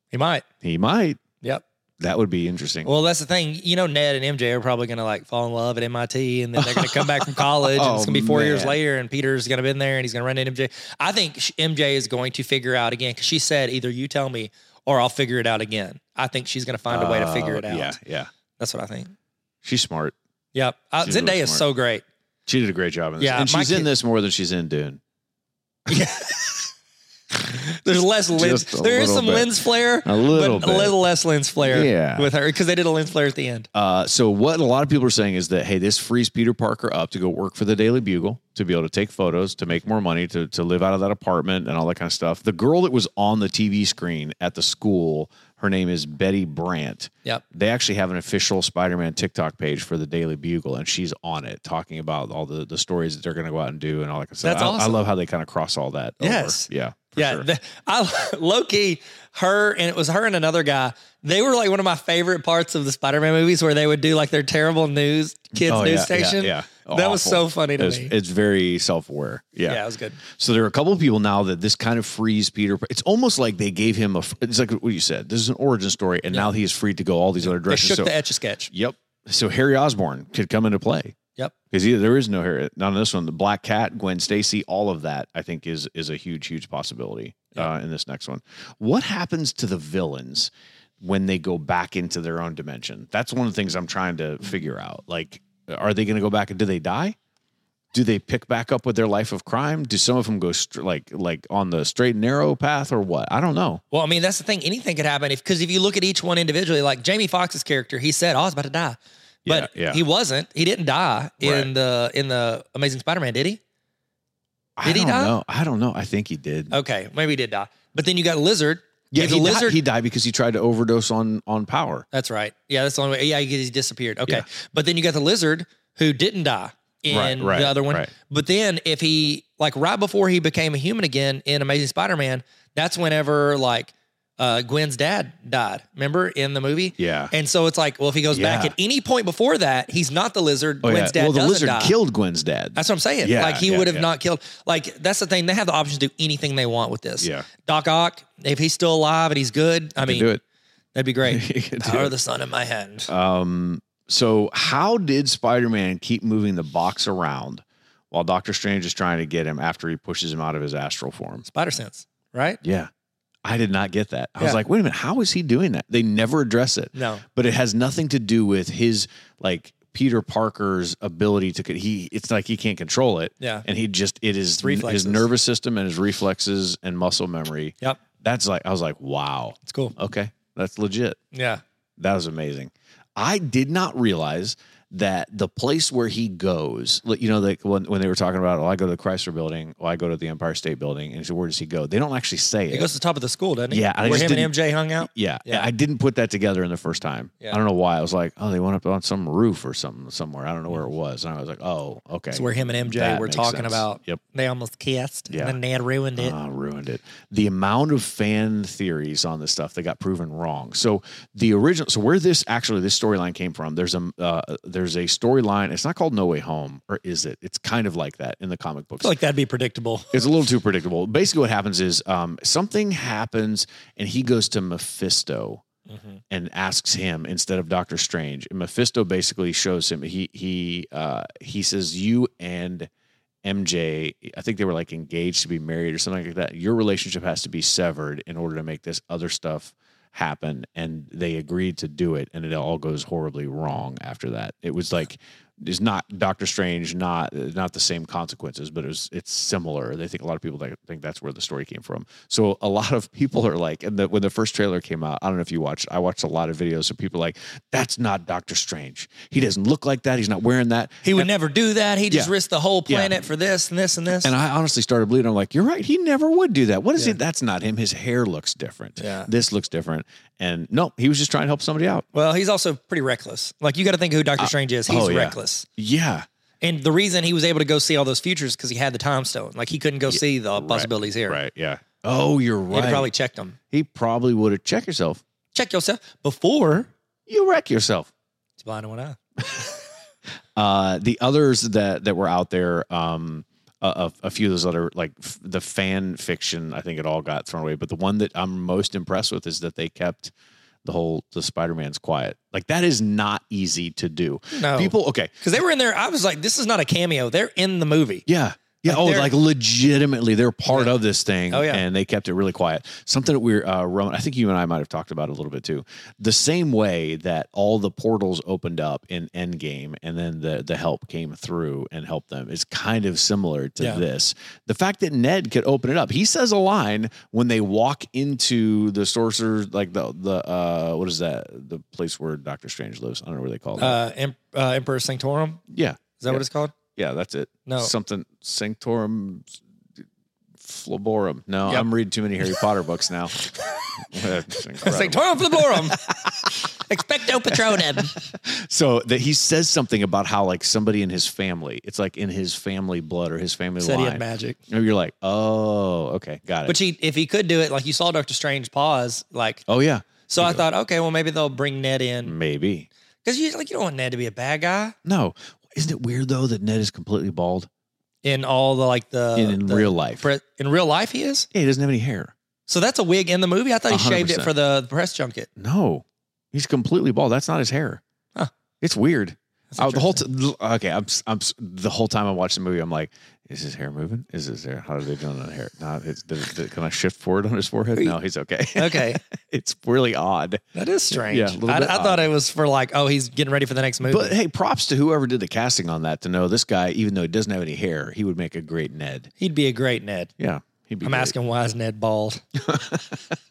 Speaker 2: He might.
Speaker 1: he might.
Speaker 2: Yep.
Speaker 1: That would be interesting.
Speaker 2: Well, that's the thing. You know, Ned and MJ are probably going to like fall in love at MIT, and then they're going to come back from college, and
Speaker 1: Oh,
Speaker 2: it's going to be four years
Speaker 1: man.
Speaker 2: later, and Peter's going to be in there, and he's going to run into MJ. I think sh- MJ is going to figure out again because she said, "Either you tell me, or I'll figure it out again." I think she's going to find a way to figure
Speaker 1: Uh,
Speaker 2: it out.
Speaker 1: Yeah, yeah.
Speaker 2: That's what I think.
Speaker 1: She's smart.
Speaker 2: Yep. Uh,
Speaker 1: She's really
Speaker 2: Zendaya is
Speaker 1: smart.
Speaker 2: so great.
Speaker 1: She did a great job in this.
Speaker 2: Yeah,
Speaker 1: and
Speaker 2: my
Speaker 1: she's in
Speaker 2: kid-
Speaker 1: this more than she's in Dune.
Speaker 2: There's less lens.
Speaker 1: Just a
Speaker 2: There is
Speaker 1: little
Speaker 2: some
Speaker 1: bit.
Speaker 2: lens flare,
Speaker 1: A little
Speaker 2: but
Speaker 1: bit.
Speaker 2: a little less lens flare
Speaker 1: Yeah.
Speaker 2: with her because they did a lens flare at the end.
Speaker 1: Uh, so what a lot of people are saying is that hey, this frees Peter Parker up to go work for the Daily Bugle to be able to take photos, to make more money, to to live out of that apartment and all that kind of stuff. The girl that was on the TV screen at the school, her name is Betty Brandt.
Speaker 2: Yep.
Speaker 1: They actually have an official Spider-Man TikTok page for the Daily Bugle, and she's on it talking about all the the stories that they're going to go out and do and all that kind of stuff.
Speaker 2: That's
Speaker 1: I- I,
Speaker 2: awesome.
Speaker 1: love how they kind of cross all that. over.
Speaker 2: Yes.
Speaker 1: Yeah. for
Speaker 2: yeah,
Speaker 1: sure.
Speaker 2: the- I low key her and it was her and another guy. They were like one of my favorite parts of the Spider-Man movies where they would do like their terrible news kids
Speaker 1: Oh,
Speaker 2: news
Speaker 1: yeah, yeah,
Speaker 2: station.
Speaker 1: yeah.
Speaker 2: that was
Speaker 1: Awful.
Speaker 2: so funny to
Speaker 1: It's,
Speaker 2: me.
Speaker 1: it's very self-aware.
Speaker 2: yeah. it was good.
Speaker 1: So there are a couple of people now that this kind of frees Peter. It's almost like they gave him a. It's like what you said. This is an origin story, and now he is free to go all these other
Speaker 2: They
Speaker 1: directions.
Speaker 2: shook
Speaker 1: So,
Speaker 2: the etch a sketch.
Speaker 1: yep. So Harry Osborn could come into play
Speaker 2: Yep.
Speaker 1: because either there is no Harry. Not on this one. The Black Cat, Gwen Stacy, all of that. I think is is a huge, huge possibility uh, in this next one. What happens to the villains when they go back into their own dimension? That's one of the things I'm trying to figure out. Like, are they going to go back and do they die? do they pick back up with their life of crime? Do some of them go str- like like on the straight and narrow path or what? I don't know.
Speaker 2: Well, I mean, that's the thing. Anything could happen if because if you look at each one individually, like Jamie Foxx's character, he said, "Oh, I was about to die," but
Speaker 1: Yeah, yeah.
Speaker 2: he wasn't. He didn't die in
Speaker 1: Right.
Speaker 2: the in the Amazing Spider-Man, did he?
Speaker 1: I
Speaker 2: Did he
Speaker 1: don't
Speaker 2: die?
Speaker 1: know. I don't know. I think he did.
Speaker 2: Okay, maybe he did die. But then you got Lizard.
Speaker 1: yeah,
Speaker 2: If
Speaker 1: he,
Speaker 2: the
Speaker 1: di-
Speaker 2: lizard-
Speaker 1: he died because he tried to overdose on on power.
Speaker 2: That's right. Yeah, that's the only way. Yeah, he disappeared. Okay.
Speaker 1: Yeah.
Speaker 2: But then you got the lizard who didn't die in
Speaker 1: Right, right,
Speaker 2: the other one.
Speaker 1: right.
Speaker 2: But then if he like right before he became a human again in Amazing Spider-Man, that's whenever like uh Gwen's dad died. Remember in the movie?
Speaker 1: Yeah.
Speaker 2: And so it's like, well, if he goes back
Speaker 1: Yeah.
Speaker 2: at any point before that, he's not the lizard.
Speaker 1: Oh,
Speaker 2: Gwen's
Speaker 1: yeah.
Speaker 2: dad
Speaker 1: Well, the
Speaker 2: doesn't
Speaker 1: lizard
Speaker 2: die.
Speaker 1: killed Gwen's dad.
Speaker 2: That's what I'm saying.
Speaker 1: Yeah,
Speaker 2: like he
Speaker 1: yeah,
Speaker 2: would have
Speaker 1: yeah.
Speaker 2: not killed. Like that's the thing. They have the option to do anything they want with this.
Speaker 1: Yeah.
Speaker 2: Doc Ock, if he's still alive and he's good, I
Speaker 1: Can
Speaker 2: mean,
Speaker 1: do it.
Speaker 2: that'd be great.
Speaker 1: He could do
Speaker 2: Power
Speaker 1: it.
Speaker 2: of the sun in my hand.
Speaker 1: Um, so how did Spider-Man keep moving the box around while Doctor Strange is trying to get him after he pushes him out of his astral form?
Speaker 2: Spider sense, right?
Speaker 1: Yeah. I did not get that. I was
Speaker 2: Yeah.
Speaker 1: like, wait a minute, how is he doing that? They never address it.
Speaker 2: No.
Speaker 1: But it has nothing to do with his like Peter Parker's ability to he it's like he can't control it.
Speaker 2: Yeah.
Speaker 1: And he just it is
Speaker 2: reflexes.
Speaker 1: his nervous system and his reflexes and muscle memory.
Speaker 2: Yep.
Speaker 1: That's like I was like, wow.
Speaker 2: It's cool.
Speaker 1: Okay. That's legit.
Speaker 2: Yeah.
Speaker 1: That was amazing. I did not realize that the place where he goes, like, you know, like when, when they were talking about, oh, I go to the Chrysler Building, oh, I go to the Empire State Building, and so where does he go? They don't actually say
Speaker 2: He
Speaker 1: it.
Speaker 2: goes to the top of the school, doesn't he?
Speaker 1: Yeah, I
Speaker 2: Where
Speaker 1: just
Speaker 2: him and
Speaker 1: didn't-
Speaker 2: MJ hung out.
Speaker 1: yeah,
Speaker 2: Yeah.
Speaker 1: I didn't put that together in the first time.
Speaker 2: Yeah.
Speaker 1: I don't know why. I was like, oh, they went up on some roof or something somewhere. I don't know where it was, and I was like, oh, okay.
Speaker 2: It's where him and MJ
Speaker 1: That
Speaker 2: were
Speaker 1: makes
Speaker 2: talking
Speaker 1: sense.
Speaker 2: about.
Speaker 1: Yep.
Speaker 2: They almost kissed.
Speaker 1: Yeah.
Speaker 2: And then Ned ruined it.
Speaker 1: Ah, ruined it. The amount of fan theories on this stuff that got proven wrong. So the original, so where this actually this storyline came from, there's a uh, there's a storyline. It's not called No Way Home, or is it? It's kind of like that in the comic
Speaker 2: I
Speaker 1: books.
Speaker 2: feel like that'd be predictable.
Speaker 1: It's a little too predictable. Basically, what happens is um, something happens, and he goes to Mephisto and asks him instead of Doctor Strange. And Mephisto basically shows him he he uh, he says you and MJ, I think they were like engaged to be married or something like that. Your relationship has to be severed in order to make this other stuff happen, and they agreed to do it, and it all goes horribly wrong after that. It was like is not Doctor Strange, not not the same consequences, but it was it's similar. They think a lot of people think, think that's where the story came from. So a lot of people are like, and the, when the first trailer came out, I don't know if you watched. I watched a lot of videos of people like, that's not Doctor Strange. He doesn't look like that. He's not wearing that.
Speaker 2: He would never do that. He just
Speaker 1: Yeah.
Speaker 2: risked the whole
Speaker 1: Yeah.
Speaker 2: planet for this and this and this.
Speaker 1: And I honestly started believing. I'm like, you're right. He never would do that. What is he? That's not him. His hair looks different.
Speaker 2: Yeah.
Speaker 1: This looks different. And no, he was just trying to help somebody out.
Speaker 2: well, he's also pretty reckless. Like you got to think who Doctor Strange is. He's
Speaker 1: oh, yeah.
Speaker 2: reckless.
Speaker 1: Yeah.
Speaker 2: And the reason he was able to go see all those futures because he had the time stone. Like he couldn't go see the possibilities here.
Speaker 1: Right. Yeah. Oh, you're
Speaker 2: He'd
Speaker 1: right.
Speaker 2: have probably checked them.
Speaker 1: he probably would have checked yourself.
Speaker 2: Check yourself before.
Speaker 1: You wreck yourself.
Speaker 2: It's blind in one eye.
Speaker 1: Uh, the others that that were out there, um, a, a, a few of those other like f- the fan fiction, I think it all got thrown away. But the one that I'm most impressed with is that they kept the whole the Spider Man's quiet. Like that is not easy to do.
Speaker 2: No.
Speaker 1: People, okay,
Speaker 2: Because they were in there. I was like, this is not a cameo. They're in the movie.
Speaker 1: yeah. Yeah.
Speaker 2: Like,
Speaker 1: oh,
Speaker 2: they're-
Speaker 1: like legitimately, they're part of this thing.
Speaker 2: Oh, yeah.
Speaker 1: And they kept it really quiet. Something that we're, uh, Roman, I think you and I might have talked about it a little bit too. The same way that all the portals opened up in Endgame and then the, the help came through and helped them is kind of similar to
Speaker 2: Yeah.
Speaker 1: this. The fact that Ned could open it up, he says a line when they walk into the sorcerer's, like the, the, uh, what is that? The place where Doctor Strange lives. I don't know where they call it.
Speaker 2: Uh, em- uh, Emperor Sanctorum.
Speaker 1: yeah.
Speaker 2: Is that
Speaker 1: Yeah.
Speaker 2: what it's called?
Speaker 1: Yeah, that's it.
Speaker 2: No.
Speaker 1: something Sanctorum Flaborum. No,
Speaker 2: Yep.
Speaker 1: I'm reading too many Harry Potter books now. That's incredible.
Speaker 2: Sanctorum Fliblorum. Expecto Patronum.
Speaker 1: so that he says something about how like somebody in his family, it's like in his family blood or his family
Speaker 2: Said he had
Speaker 1: line.
Speaker 2: magic.
Speaker 1: and you're like, oh, okay, got it.
Speaker 2: But he, if he could do it, like you saw Doctor Strange pause, like
Speaker 1: oh yeah, Mm.
Speaker 2: so I thought, okay, well maybe they'll bring Ned in
Speaker 1: maybe.
Speaker 2: because you like you don't want Ned to be a bad guy
Speaker 1: No, isn't it weird though that Ned is completely bald
Speaker 2: in all the like the
Speaker 1: in, in
Speaker 2: Uh, the-
Speaker 1: real life?
Speaker 2: pre- in real life he is.
Speaker 1: yeah, he doesn't have any hair.
Speaker 2: So that's a wig in the movie. I thought he shaved it
Speaker 1: 100%.
Speaker 2: for the press junket.
Speaker 1: No, he's completely bald. That's not his hair.
Speaker 2: Huh.
Speaker 1: It's weird.
Speaker 2: That's
Speaker 1: I, Oh, the whole
Speaker 2: interesting.
Speaker 1: t- okay, I'm s- I'm s- the whole time I watched the movie, I'm like, is his hair moving? Is his hair? How are they doing on the hair? No, it's, did, did- can I shift forward on his forehead? No, he's okay.
Speaker 2: okay,
Speaker 1: it's really odd.
Speaker 2: that is strange.
Speaker 1: Yeah, a little
Speaker 2: I,
Speaker 1: bit
Speaker 2: I
Speaker 1: odd.
Speaker 2: thought it was for like, oh, he's getting ready for the next movie.
Speaker 1: But hey, props to whoever did the casting on that to know this guy, even though he doesn't have any hair, he would make a great Ned.
Speaker 2: He'd be a great Ned.
Speaker 1: Yeah, he'd be.
Speaker 2: I'm
Speaker 1: great.
Speaker 2: asking why is Ned bald?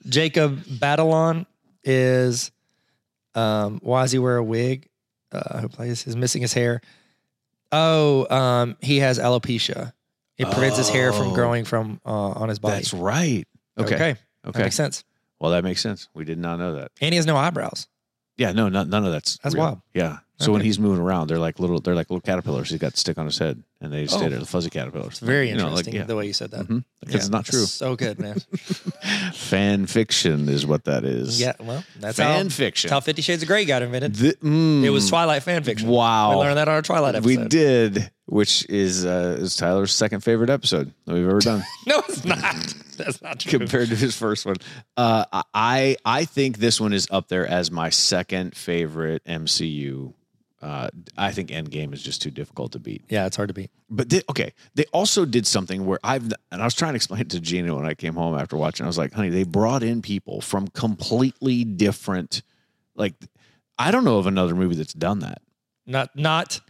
Speaker 2: Jacob Batalon is um why does he wear a wig? Uh who plays is missing his hair. Oh, um he has alopecia. It prevents his hair from
Speaker 1: Oh.
Speaker 2: growing from uh, on his body.
Speaker 1: That's right. Okay. Okay.
Speaker 2: okay. That makes sense.
Speaker 1: Well, that makes sense. We did not know that.
Speaker 2: And he has no eyebrows.
Speaker 1: Yeah. No. Not, none of that's.
Speaker 2: That's
Speaker 1: real.
Speaker 2: wild.
Speaker 1: Yeah. So when
Speaker 2: Okay.
Speaker 1: he's moving around, they're like little. They're like little caterpillars. He's got to stick on his head, and they just stay
Speaker 2: Oh.
Speaker 1: there, the fuzzy caterpillars.
Speaker 2: It's very
Speaker 1: You know,
Speaker 2: interesting
Speaker 1: like, yeah.
Speaker 2: the way you said that.
Speaker 1: Mhm. Because it's
Speaker 2: Yeah.
Speaker 1: not true.
Speaker 2: So good, man.
Speaker 1: Fan fiction is what that is.
Speaker 2: yeah, well, that's
Speaker 1: fan
Speaker 2: how,
Speaker 1: fiction.
Speaker 2: that's how Fifty Shades of Grey got invented.
Speaker 1: The- mm,
Speaker 2: It was Twilight fan fiction.
Speaker 1: Wow.
Speaker 2: We learned that on our Twilight
Speaker 1: We
Speaker 2: episode.
Speaker 1: did, which is uh, is Tyler's second favorite episode that we've ever done,
Speaker 2: No, it's not. That's not true.
Speaker 1: compared to his first one. Uh, I I think this one is up there as my second favorite MCU Uh, I think Endgame is just too difficult to beat.
Speaker 2: Yeah, it's hard to beat.
Speaker 1: But they, okay, they also did something where I've and I was trying to explain it to Gina when I came home after watching. I was like, "Honey, they brought in people from completely different. Like, I don't know of another movie that's done that.
Speaker 2: Not not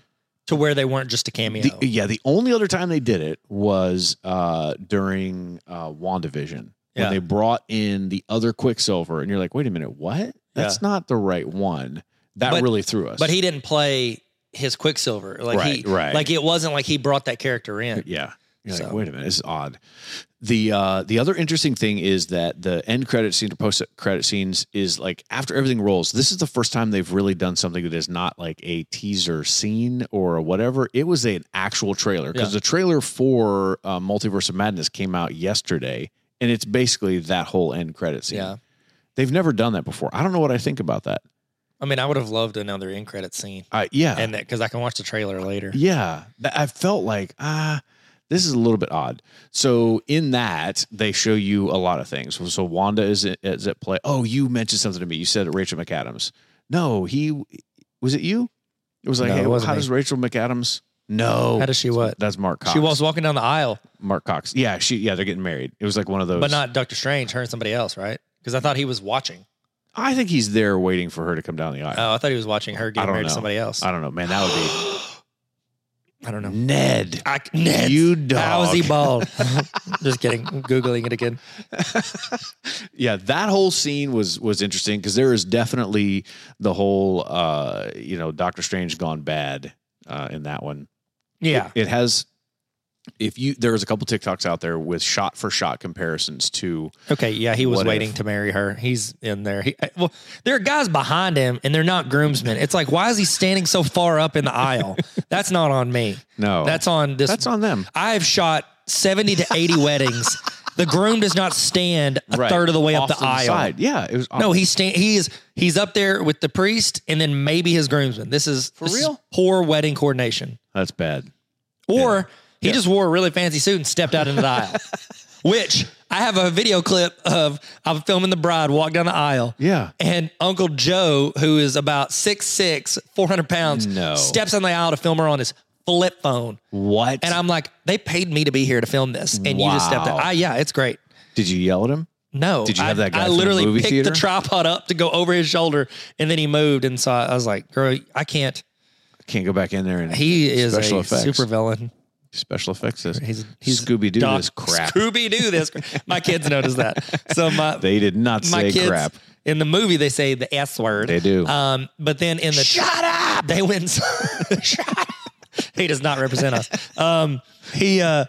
Speaker 2: to where they weren't just a cameo.
Speaker 1: The, yeah, the only other time they did it was uh, during uh, WandaVision
Speaker 2: Yeah.
Speaker 1: when they brought in the other Quicksilver, and you're like, wait a minute, what? That's not the right one. That
Speaker 2: But-
Speaker 1: really threw us.
Speaker 2: but he didn't play his Quicksilver. Like he,
Speaker 1: Right, right.
Speaker 2: Like it wasn't like he brought that character in.
Speaker 1: yeah. You're like,
Speaker 2: So-
Speaker 1: wait a minute, this is odd. The uh, the other interesting thing is that the end credit scene or post credit scenes is like after everything rolls. This is the first time they've really done something that is not like a teaser scene or whatever. It was an actual trailer because
Speaker 2: Yeah.
Speaker 1: the trailer for uh, Multiverse of Madness came out yesterday, and it's basically that whole end credit scene.
Speaker 2: Yeah.
Speaker 1: They've never done that before. I don't know what I think about that.
Speaker 2: I mean, I would have loved another in credit scene,
Speaker 1: Uh, yeah,
Speaker 2: and that because I can watch the trailer later.
Speaker 1: Yeah, Th- I felt like ah, this is a little bit odd. So in that they show you a lot of things. So Wanda is at, is at play. Oh, you mentioned something to me. You said Rachel McAdams. No, he was it you? It was like,
Speaker 2: No, it
Speaker 1: hey, well,
Speaker 2: wasn't
Speaker 1: how
Speaker 2: me.
Speaker 1: does Rachel McAdams? No,
Speaker 2: How does she what?
Speaker 1: That's Mark Cox.
Speaker 2: She was walking down the aisle,
Speaker 1: Mark Cox. Yeah, she. Yeah, they're getting married. It was like one of those.
Speaker 2: but not Doctor Strange. Her and somebody else, right? Because I thought he was watching.
Speaker 1: I think he's there waiting for her to come down the aisle.
Speaker 2: Oh, I thought he was watching her
Speaker 1: I
Speaker 2: get
Speaker 1: don't
Speaker 2: married to
Speaker 1: know.
Speaker 2: somebody else.
Speaker 1: I don't know, man. That would
Speaker 2: I don't
Speaker 1: be
Speaker 2: know.
Speaker 1: Ned.
Speaker 2: I, Ned,
Speaker 1: You dog.
Speaker 2: How is he bald? Just kidding. Googling it again.
Speaker 1: yeah, that whole scene was was interesting because there is definitely the whole uh, you know Doctor Strange gone bad uh, in that one.
Speaker 2: Yeah.
Speaker 1: It has if you there's a couple TikToks out there with shot for shot comparisons to
Speaker 2: Okay. Yeah. He was
Speaker 1: What
Speaker 2: waiting
Speaker 1: if?
Speaker 2: to marry her. He's in there. He, well, there are guys behind him and they're not groomsmen. It's like, why is he standing so far up in the aisle? That's not on me.
Speaker 1: no
Speaker 2: That's on this.
Speaker 1: Oh. that's on them.
Speaker 2: I've shot 70 to 80 weddings. The groom does not stand a
Speaker 1: Right.
Speaker 2: third of the way
Speaker 1: Off
Speaker 2: up
Speaker 1: to
Speaker 2: the aisle.
Speaker 1: side. Yeah, it was off-
Speaker 2: No, he stand, he is he's up there with the priest and then maybe his groomsman. This is for
Speaker 1: real?
Speaker 2: poor wedding coordination.
Speaker 1: that's bad.
Speaker 2: Or he just wore a really fancy suit and stepped out into the aisle. Which I have a video clip of I'm filming the bride walk down the aisle.
Speaker 1: Yeah.
Speaker 2: And Uncle Joe, who is about 6'6, 400 pounds,
Speaker 1: No.
Speaker 2: steps on the aisle to film her on his flip phone.
Speaker 1: What?
Speaker 2: And I'm like, they paid me to be here to film this. And you just stepped out.
Speaker 1: Wow.
Speaker 2: Ah, yeah, it's great.
Speaker 1: Did you yell at him?
Speaker 2: No.
Speaker 1: Did you have
Speaker 2: I,
Speaker 1: that guy
Speaker 2: I
Speaker 1: from the
Speaker 2: literally
Speaker 1: movie
Speaker 2: picked
Speaker 1: theater?
Speaker 2: the tripod up to go over his shoulder and then he moved. And so I, I was like, girl, I can't.
Speaker 1: Can't go back in there and
Speaker 2: He is
Speaker 1: Special
Speaker 2: a
Speaker 1: effects.
Speaker 2: super villain.
Speaker 1: special effects. This.
Speaker 2: He's, he's
Speaker 1: Scooby Doo
Speaker 2: Doc-
Speaker 1: this crap.
Speaker 2: Scooby Doo this. cra- my kids notice that. So my
Speaker 1: they did not
Speaker 2: my
Speaker 1: say
Speaker 2: kids
Speaker 1: crap.
Speaker 2: in the movie they say the S word.
Speaker 1: They do.
Speaker 2: Um, but then in the shut up, they went. shut up. He does not represent us. Um, he uh,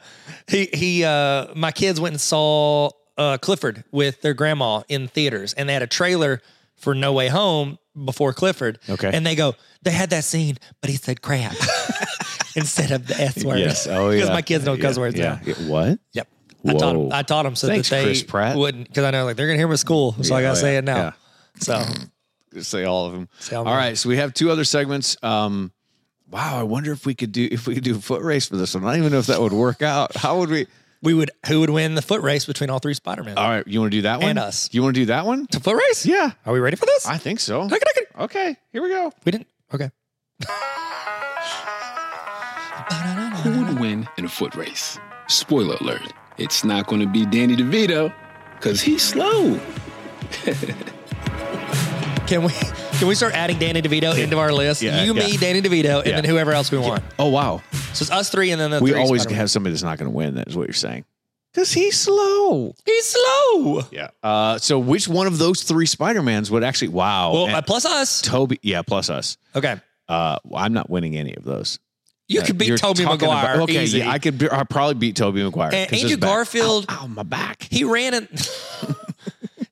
Speaker 2: he he. Uh, my kids went and saw uh, Clifford with their grandma in theaters, and they had a trailer for No Way Home before Clifford.
Speaker 1: Okay.
Speaker 2: and they go, they had that scene, but he said crap instead of the S word.
Speaker 1: Yes. Oh yeah.
Speaker 2: because my kids know cuss
Speaker 1: Yeah.
Speaker 2: words now.
Speaker 1: Yeah. Yeah. What?
Speaker 2: Yep. I taught,
Speaker 1: Whoa.
Speaker 2: them, I taught 'em so
Speaker 1: Thanks,
Speaker 2: that they
Speaker 1: Chris Pratt.
Speaker 2: wouldn't, because I know like they're gonna hear them at school, so I
Speaker 1: Yeah,
Speaker 2: gotta
Speaker 1: oh,
Speaker 2: say
Speaker 1: yeah,
Speaker 2: it now.
Speaker 1: yeah.
Speaker 2: So
Speaker 1: say all of them.
Speaker 2: Say all of
Speaker 1: all
Speaker 2: them.
Speaker 1: right, so we have two other segments. Um, wow, I wonder if we could do if we could do a foot race for this one. I don't even know if that would work out. How would we?
Speaker 2: we would, who would win the foot race between all three Spider Men?
Speaker 1: All right, you want to do that one?
Speaker 2: And us.
Speaker 1: You want to do that one?
Speaker 2: the foot race?
Speaker 1: Uh, Yeah,
Speaker 2: Are we ready for this?
Speaker 1: I think so.
Speaker 2: Okay, okay.
Speaker 1: Okay, here we go.
Speaker 2: we didn't. Okay.
Speaker 3: Who would win in a foot race? Spoiler alert, it's not going to be Danny DeVito because he's slow.
Speaker 2: Can we can we start adding Danny DeVito into our list?
Speaker 1: Yeah,
Speaker 2: you, me,
Speaker 1: yeah.
Speaker 2: Danny DeVito, and
Speaker 1: Yeah.
Speaker 2: then whoever else we want.
Speaker 1: Oh wow,
Speaker 2: So it's us three, and then the
Speaker 1: we
Speaker 2: three
Speaker 1: always
Speaker 2: Spider-Men.
Speaker 1: have somebody that's not going to win. That is what you're saying. Because he's slow.
Speaker 2: He's slow.
Speaker 1: Yeah. Uh, so which one of those three Spider Mans would actually? Wow.
Speaker 2: Well,
Speaker 1: And
Speaker 2: uh, plus us.
Speaker 1: Toby. Yeah. Plus us.
Speaker 2: Okay.
Speaker 1: Uh, I'm not winning any of those.
Speaker 2: You could
Speaker 1: Uh, You're
Speaker 2: beat Toby
Speaker 1: talking
Speaker 2: Maguire.
Speaker 1: about- okay,
Speaker 2: easy.
Speaker 1: yeah, I could be, I probably beat Toby Maguire.
Speaker 2: And
Speaker 1: 'cause his
Speaker 2: Andrew
Speaker 1: back-
Speaker 2: Garfield-
Speaker 1: Ow, ow, my back.
Speaker 2: he ran in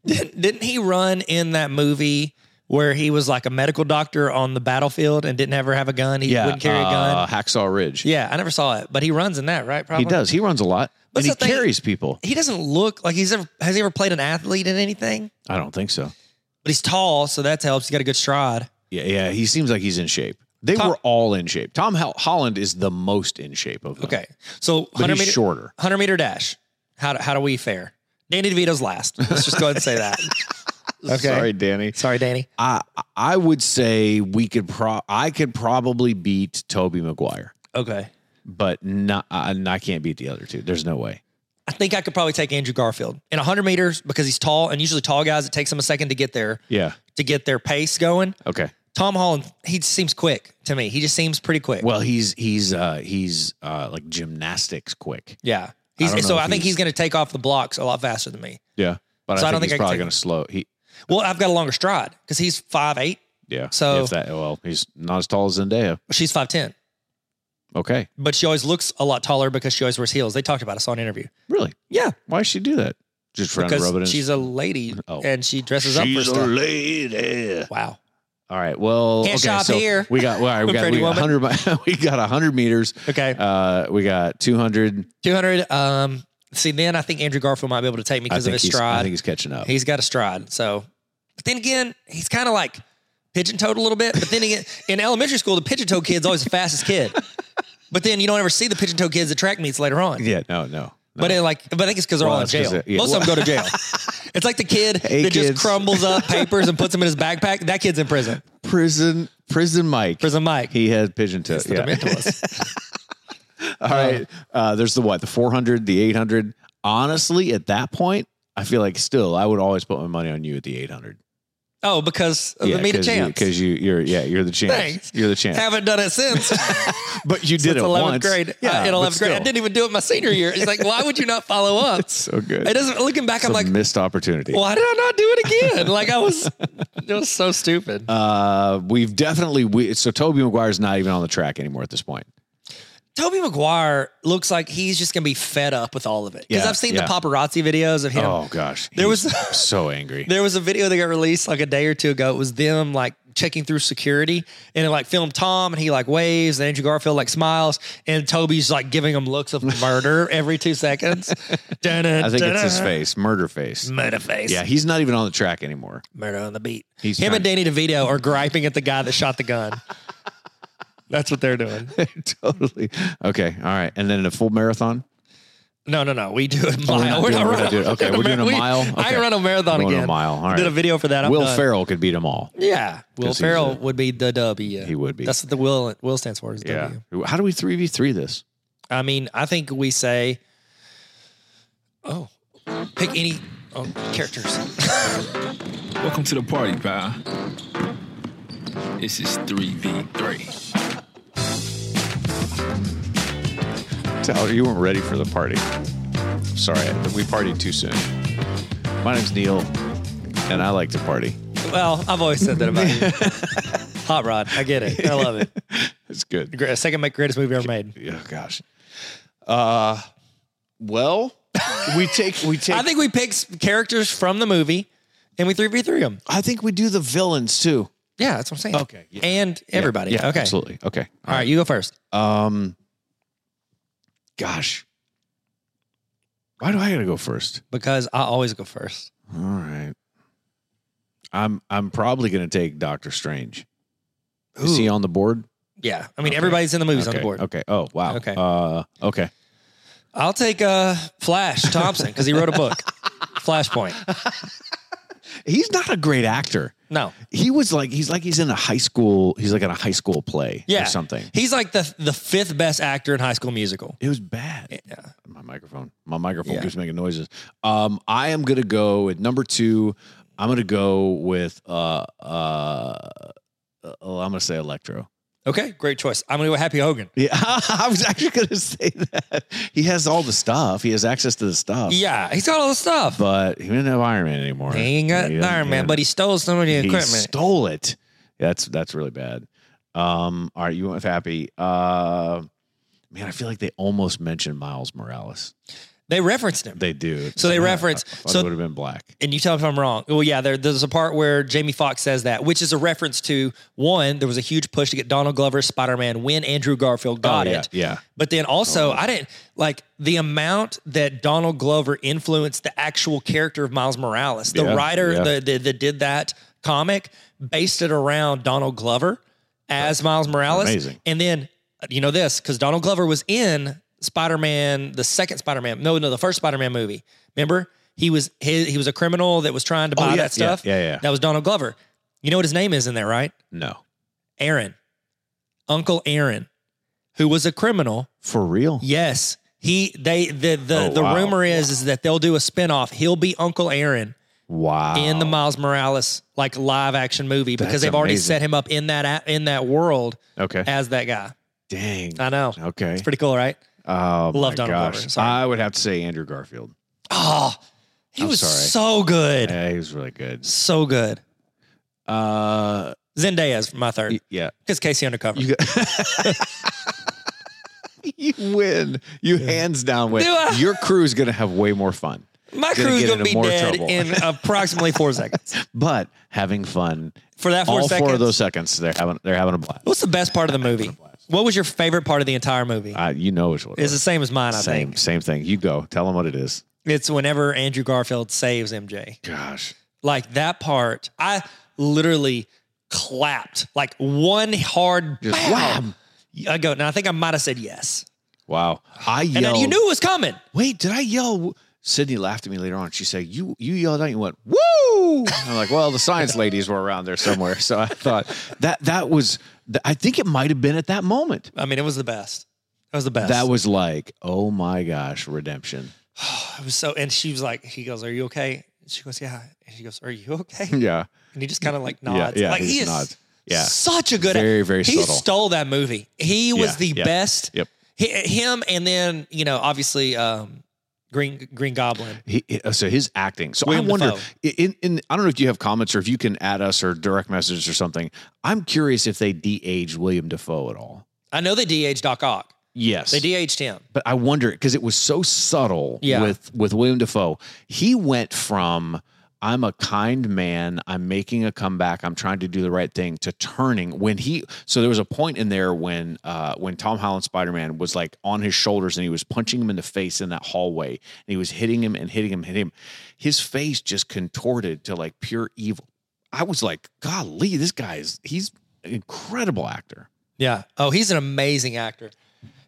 Speaker 2: didn't, didn't he run in that movie where he was like a medical doctor on the battlefield and didn't ever have a gun he wouldn't carry a
Speaker 1: uh,
Speaker 2: gun
Speaker 1: Hacksaw Ridge.
Speaker 2: yeah i never saw it but he runs in that
Speaker 1: he
Speaker 2: right probably
Speaker 1: does. He runs a lot, and
Speaker 2: What's
Speaker 1: he
Speaker 2: the thing-
Speaker 1: carries people.
Speaker 2: he doesn't look like he's ever has he ever played an athlete in anything
Speaker 1: I don't think so.
Speaker 2: but he's tall so that helps he's got a good stride
Speaker 1: Yeah, yeah. He seems like he's in shape. They
Speaker 2: Tom-
Speaker 1: were all in shape. Tom Hol- Holland is the most in shape of them.
Speaker 2: okay so
Speaker 1: but
Speaker 2: 100
Speaker 1: he's
Speaker 2: meter,
Speaker 1: shorter.
Speaker 2: 100 meter dash how do, how do we fare danny devito's last let's just go ahead and say that
Speaker 1: Sorry, Danny.
Speaker 2: Sorry, Danny.
Speaker 1: I I would say we could pro I could probably beat Toby Maguire,
Speaker 2: Okay.
Speaker 1: but not I, I can't beat the other two. There's no way.
Speaker 2: I think I could probably take Andrew Garfield in 100 meters because he's tall, and usually tall guys it takes them a second to get there
Speaker 1: Yeah.
Speaker 2: to get their pace going.
Speaker 1: Okay.
Speaker 2: Tom Holland, he seems quick to me. He just seems pretty quick.
Speaker 1: Well, he's he's uh he's uh like gymnastics quick.
Speaker 2: yeah.
Speaker 1: I don't
Speaker 2: He's,
Speaker 1: know
Speaker 2: so
Speaker 1: if
Speaker 2: I think
Speaker 1: he's-
Speaker 2: he's going to take off the blocks a lot faster than me.
Speaker 1: Yeah. But
Speaker 2: So
Speaker 1: I,
Speaker 2: I
Speaker 1: don't
Speaker 2: don't
Speaker 1: think he's
Speaker 2: think I can
Speaker 1: probably
Speaker 2: take-
Speaker 1: going to slow he
Speaker 2: Well, I've got a longer stride because he's 5'8.
Speaker 1: yeah.
Speaker 2: So-
Speaker 1: if that well, he's not as tall as Zendaya.
Speaker 2: She's 5'10,
Speaker 1: Okay.
Speaker 2: but she always looks a lot taller because she always wears heels. They talked about it. I saw an interview.
Speaker 1: Really?
Speaker 2: Yeah.
Speaker 1: Why should she do that? Just trying to rub it in.
Speaker 2: Because she's a lady
Speaker 1: Oh.
Speaker 2: and she dresses up for
Speaker 1: She's a
Speaker 2: stuff.
Speaker 1: lady.
Speaker 2: Wow.
Speaker 1: All right. Well,
Speaker 2: Can't
Speaker 1: okay,
Speaker 2: shop
Speaker 1: so
Speaker 2: here.
Speaker 1: We got well, all right, we got
Speaker 2: Pretty
Speaker 1: we got
Speaker 2: woman.
Speaker 1: 100 mi- we got 100 meters.
Speaker 2: Okay.
Speaker 1: Uh we got 200
Speaker 2: 200. Um, see, then I think Andrew Garfield might be able to take me because of his
Speaker 1: he's, I
Speaker 2: stride.
Speaker 1: think he's catching up.
Speaker 2: he's got a stride. So, but then again, he's kind of like pigeon toed a little bit. But then again, in elementary school, the pigeon toed kid's always the fastest kid. But then you don't ever see the pigeon toed kids at track meets later on.
Speaker 1: yeah, no, no. no.
Speaker 2: But it like, but I think it's because they're
Speaker 1: Well,
Speaker 2: all in
Speaker 1: that's 'cause
Speaker 2: jail.
Speaker 1: they- yeah.
Speaker 2: Most of them go to jail. it's like the kid
Speaker 1: Hey,
Speaker 2: that
Speaker 1: kids.
Speaker 2: just crumbles up papers and puts them in his backpack. That kid's in prison.
Speaker 1: prison prison Mike.
Speaker 2: Prison Mike.
Speaker 1: He had pigeon toes.
Speaker 2: That's the
Speaker 1: Yeah.
Speaker 2: Dementor was.
Speaker 1: All right. Uh, there's the what? The 400, the 800. Honestly, at that point, I feel like still I would always put my money on you at the 800.
Speaker 2: Oh, because of the meet a chance.
Speaker 1: Because you, are yeah, you're the champ.
Speaker 2: Thanks.
Speaker 1: You're the champ.
Speaker 2: Haven't done it since.
Speaker 1: but you did
Speaker 2: Since
Speaker 1: it
Speaker 2: 11th
Speaker 1: once.
Speaker 2: grade.
Speaker 1: Yeah,
Speaker 2: Yeah, in
Speaker 1: but
Speaker 2: 11th grade. I
Speaker 1: still.
Speaker 2: didn't even do it my senior year. It's like, why would you not follow up?
Speaker 1: So good.
Speaker 2: It doesn't. Looking back,
Speaker 1: It's
Speaker 2: I'm
Speaker 1: a
Speaker 2: like,
Speaker 1: missed opportunity.
Speaker 2: why did I not do it again? Like I was, it was so stupid.
Speaker 1: Uh, we've definitely we, so Toby Maguire's not even on the track anymore at this point.
Speaker 2: Toby Maguire looks like he's just gonna be fed up with all of it because
Speaker 1: Yeah,
Speaker 2: I've seen
Speaker 1: yeah.
Speaker 2: the paparazzi videos of him.
Speaker 1: Oh gosh,
Speaker 2: There
Speaker 1: He's
Speaker 2: was-
Speaker 1: so angry.
Speaker 2: There was a video that got released like a day or two ago. It was them like checking through security and it like filmed Tom and he like waves and Andrew Garfield like smiles and Toby's like giving him looks of murder every two seconds.
Speaker 1: I think it's his face, murder face.
Speaker 2: Murder face.
Speaker 1: Yeah, he's not even on the track anymore.
Speaker 2: Murder on the beat.
Speaker 1: He's
Speaker 2: Him and
Speaker 1: trying-
Speaker 2: Danny DeVito are griping at the guy that shot the gun. That's what they're doing.
Speaker 1: totally. Okay. All right. And then in a full marathon.
Speaker 2: No, no, no. We do a
Speaker 1: we're
Speaker 2: mile.
Speaker 1: not
Speaker 2: We're
Speaker 1: doing- we're
Speaker 2: not
Speaker 1: not
Speaker 2: running.
Speaker 1: doing- okay, we're doing a
Speaker 2: we-
Speaker 1: mile?
Speaker 2: I
Speaker 1: Okay.
Speaker 2: run a marathon
Speaker 1: We're doing a
Speaker 2: again.
Speaker 1: mile. All
Speaker 2: I did
Speaker 1: right.
Speaker 2: a video for that. I'm
Speaker 1: Will
Speaker 2: done.
Speaker 1: Farrell could beat them all.
Speaker 2: Yeah. Will
Speaker 1: 'Cause he's
Speaker 2: Farrell
Speaker 1: a-
Speaker 2: would be the W.
Speaker 1: He would be.
Speaker 2: That's what the Will Will stands for. Is
Speaker 1: yeah.
Speaker 2: W.
Speaker 1: How do we three v three this?
Speaker 2: I mean, I think we say, oh, pick any oh, characters.
Speaker 3: Welcome to the party, pal. This is 3v3.
Speaker 1: Tyler, you weren't ready for the party. Sorry, we partied too soon. My name's Neil, and I like to party.
Speaker 2: well, I've always said that about you. Hot Rod. I get it. I love it.
Speaker 1: It's good.
Speaker 2: Great, second ma- greatest movie ever made.
Speaker 1: Yeah. Oh, Gosh. Uh, well, we take we take.
Speaker 2: I think we pick s- characters from the movie and we 3v3 them.
Speaker 1: I think we do the villains too.
Speaker 2: Yeah, that's what I'm saying.
Speaker 1: Okay, yeah.
Speaker 2: And everybody.
Speaker 1: Yeah.
Speaker 2: okay.
Speaker 1: Absolutely. Okay.
Speaker 2: All right, you go first.
Speaker 1: Um. Gosh. Why do I gotta go first?
Speaker 2: because I always go first.
Speaker 1: All right. I'm I'm probably gonna take Doctor Strange. Is he on the board?
Speaker 2: Yeah, I mean
Speaker 1: Okay.
Speaker 2: everybody's in the movies
Speaker 1: okay.
Speaker 2: on the board.
Speaker 1: Okay. Oh wow.
Speaker 2: Okay.
Speaker 1: Uh, okay.
Speaker 2: I'll take uh, Flash Thompson because he wrote a book, Flashpoint.
Speaker 1: He's not a great actor.
Speaker 2: No,
Speaker 1: He was like he's like he's in a high school. He's like in a high school play
Speaker 2: yeah,
Speaker 1: or something.
Speaker 2: He's like the the fifth best actor in High School Musical.
Speaker 1: It was bad.
Speaker 2: Yeah.
Speaker 1: My microphone. My microphone
Speaker 2: Yeah.
Speaker 1: keeps making noises. Um, I am gonna go with number two. I'm gonna go with uh uh. uh, I'm gonna say Electro.
Speaker 2: Okay, great choice. I'm gonna go Happy Hogan.
Speaker 1: Yeah, I was actually gonna say that. He has all the stuff. He has access to the stuff.
Speaker 2: Yeah, he's got all the stuff.
Speaker 1: but he didn't have Iron Man anymore.
Speaker 2: he ain't got an
Speaker 1: doesn't-
Speaker 2: Iron Man,
Speaker 1: yeah.
Speaker 2: but he stole some of the
Speaker 1: he
Speaker 2: equipment.
Speaker 1: stole it. That's that's really bad. Um, all right, you went with Happy. Uh, man, I feel like they almost mentioned Miles Morales.
Speaker 2: they referenced him,
Speaker 1: They do.
Speaker 2: So they
Speaker 1: Yeah,
Speaker 2: reference-
Speaker 1: I thought
Speaker 2: so-
Speaker 1: it would have been black.
Speaker 2: and you tell me if I'm wrong. Well, yeah, there, there's a part where Jamie Foxx says that, which is a reference to one. There was a huge push to get Donald Glover's Spider Man when Andrew Garfield got
Speaker 1: oh, yeah,
Speaker 2: it.
Speaker 1: Yeah.
Speaker 2: But then
Speaker 1: Oh.
Speaker 2: also, I didn't like the amount that Donald Glover influenced the actual character of Miles Morales. The
Speaker 1: Yeah,
Speaker 2: writer
Speaker 1: yeah.
Speaker 2: the- the- that did that comic based it around Donald Glover as Miles Morales.
Speaker 1: Amazing.
Speaker 2: And then, uh, you know, this because Donald Glover was in Spider Man, the second Spider Man, no, no, the first Spider Man movie. Remember? He was he, he was a criminal that was trying to buy
Speaker 1: Oh, yeah,
Speaker 2: that stuff.
Speaker 1: yeah, yeah, yeah.
Speaker 2: That was Donald Glover. You know what his name is in there, right?
Speaker 1: No,
Speaker 2: Aaron, Uncle Aaron, who was a criminal.
Speaker 1: for real.
Speaker 2: Yes. He they the the,
Speaker 1: Oh,
Speaker 2: the
Speaker 1: wow.
Speaker 2: rumor is is that they'll do a spinoff. He'll be Uncle Aaron
Speaker 1: Wow.
Speaker 2: in the Miles Morales like live action movie because
Speaker 1: That's
Speaker 2: they've already
Speaker 1: amazing.
Speaker 2: set him up in that a- in that world
Speaker 1: okay.
Speaker 2: as that guy.
Speaker 1: Dang.
Speaker 2: I know.
Speaker 1: Okay.
Speaker 2: Uh, It's pretty cool, right?
Speaker 1: oh
Speaker 2: Love
Speaker 1: my
Speaker 2: Donald
Speaker 1: gosh.
Speaker 2: Glover. Sorry.
Speaker 1: I would have to say Andrew Garfield.
Speaker 2: Oh, he
Speaker 1: I'm
Speaker 2: was
Speaker 1: sorry.
Speaker 2: so good.
Speaker 1: Yeah, he was really good.
Speaker 2: So good.
Speaker 1: Uh,
Speaker 2: Zendaya's my
Speaker 1: y-
Speaker 2: third
Speaker 1: yeah.
Speaker 2: because Casey Undercover.
Speaker 1: You got- You win. You hands down win.
Speaker 2: Do I?
Speaker 1: Your crew's gonna have way more fun.
Speaker 2: my
Speaker 1: gonna
Speaker 2: crew's
Speaker 1: get
Speaker 2: gonna
Speaker 1: into
Speaker 2: be
Speaker 1: more
Speaker 2: dead
Speaker 1: trouble.
Speaker 2: in approximately four seconds.
Speaker 1: But having fun,
Speaker 2: For that four
Speaker 1: all
Speaker 2: seconds.
Speaker 1: four of those seconds, they're having they're having a blast.
Speaker 2: What's the best part of the movie? What was your favorite part of the entire movie?
Speaker 1: Uh, you know which one. it
Speaker 2: It's
Speaker 1: was.
Speaker 2: the same as mine, I
Speaker 1: same
Speaker 2: think.
Speaker 1: same thing. You go. Tell them what it is.
Speaker 2: It's whenever Andrew Garfield saves MJ.
Speaker 1: Gosh.
Speaker 2: Like that part, I literally clapped like one hard
Speaker 1: Just
Speaker 2: bam.
Speaker 1: wham.
Speaker 2: I go, now I think I might have said yes.
Speaker 1: Wow. I
Speaker 2: And
Speaker 1: yelled.
Speaker 2: then you knew it was coming.
Speaker 1: Wait, did I yell? Sydney laughed at me later on. She said, "You you yelled out. and You went woo." I'm like, "Well, the science ladies were around there somewhere." So I thought that that was. th- I think it might have been at that moment.
Speaker 2: I mean, it was the best. That was the best.
Speaker 1: That was like, "Oh my gosh, redemption."
Speaker 2: It was so, and she was like, he goes, Are you okay? She goes, Yeah. And she goes, Are you okay?
Speaker 1: Yeah,
Speaker 2: And he just kind of like nods.
Speaker 1: yeah,
Speaker 2: like
Speaker 1: he
Speaker 2: he
Speaker 1: just
Speaker 2: is
Speaker 1: nods. Yeah.
Speaker 2: such a good
Speaker 1: Very, very
Speaker 2: He
Speaker 1: subtle.
Speaker 2: stole that movie. He was
Speaker 1: Yeah,
Speaker 2: the
Speaker 1: yeah,
Speaker 2: best.
Speaker 1: yep.
Speaker 2: Hi- him and then, you know, obviously um Green Green Goblin.
Speaker 1: He, he- uh, so his acting. So
Speaker 2: William
Speaker 1: I wonder.
Speaker 2: Dafoe.
Speaker 1: In, in I don't know if you have comments or if you can add us or direct message or something. I'm curious if they de-aged William Defoe at all.
Speaker 2: I know they DH Doc Ock.
Speaker 1: Yes,
Speaker 2: They DH'd him.
Speaker 1: but I wonder because it was so subtle
Speaker 2: Yeah.
Speaker 1: with with William Defoe. He went from I'm a kind man, I'm making a comeback, I'm trying to do the right thing to turning when he so there was a point in there when uh when Tom Holland Spider-Man was like on his shoulders and he was punching him in the face in that hallway and he was hitting him and hitting him hitting him. His face just contorted to like pure evil. I was like, golly, this guy is he's an incredible actor.
Speaker 2: Yeah. Oh, he's an amazing actor.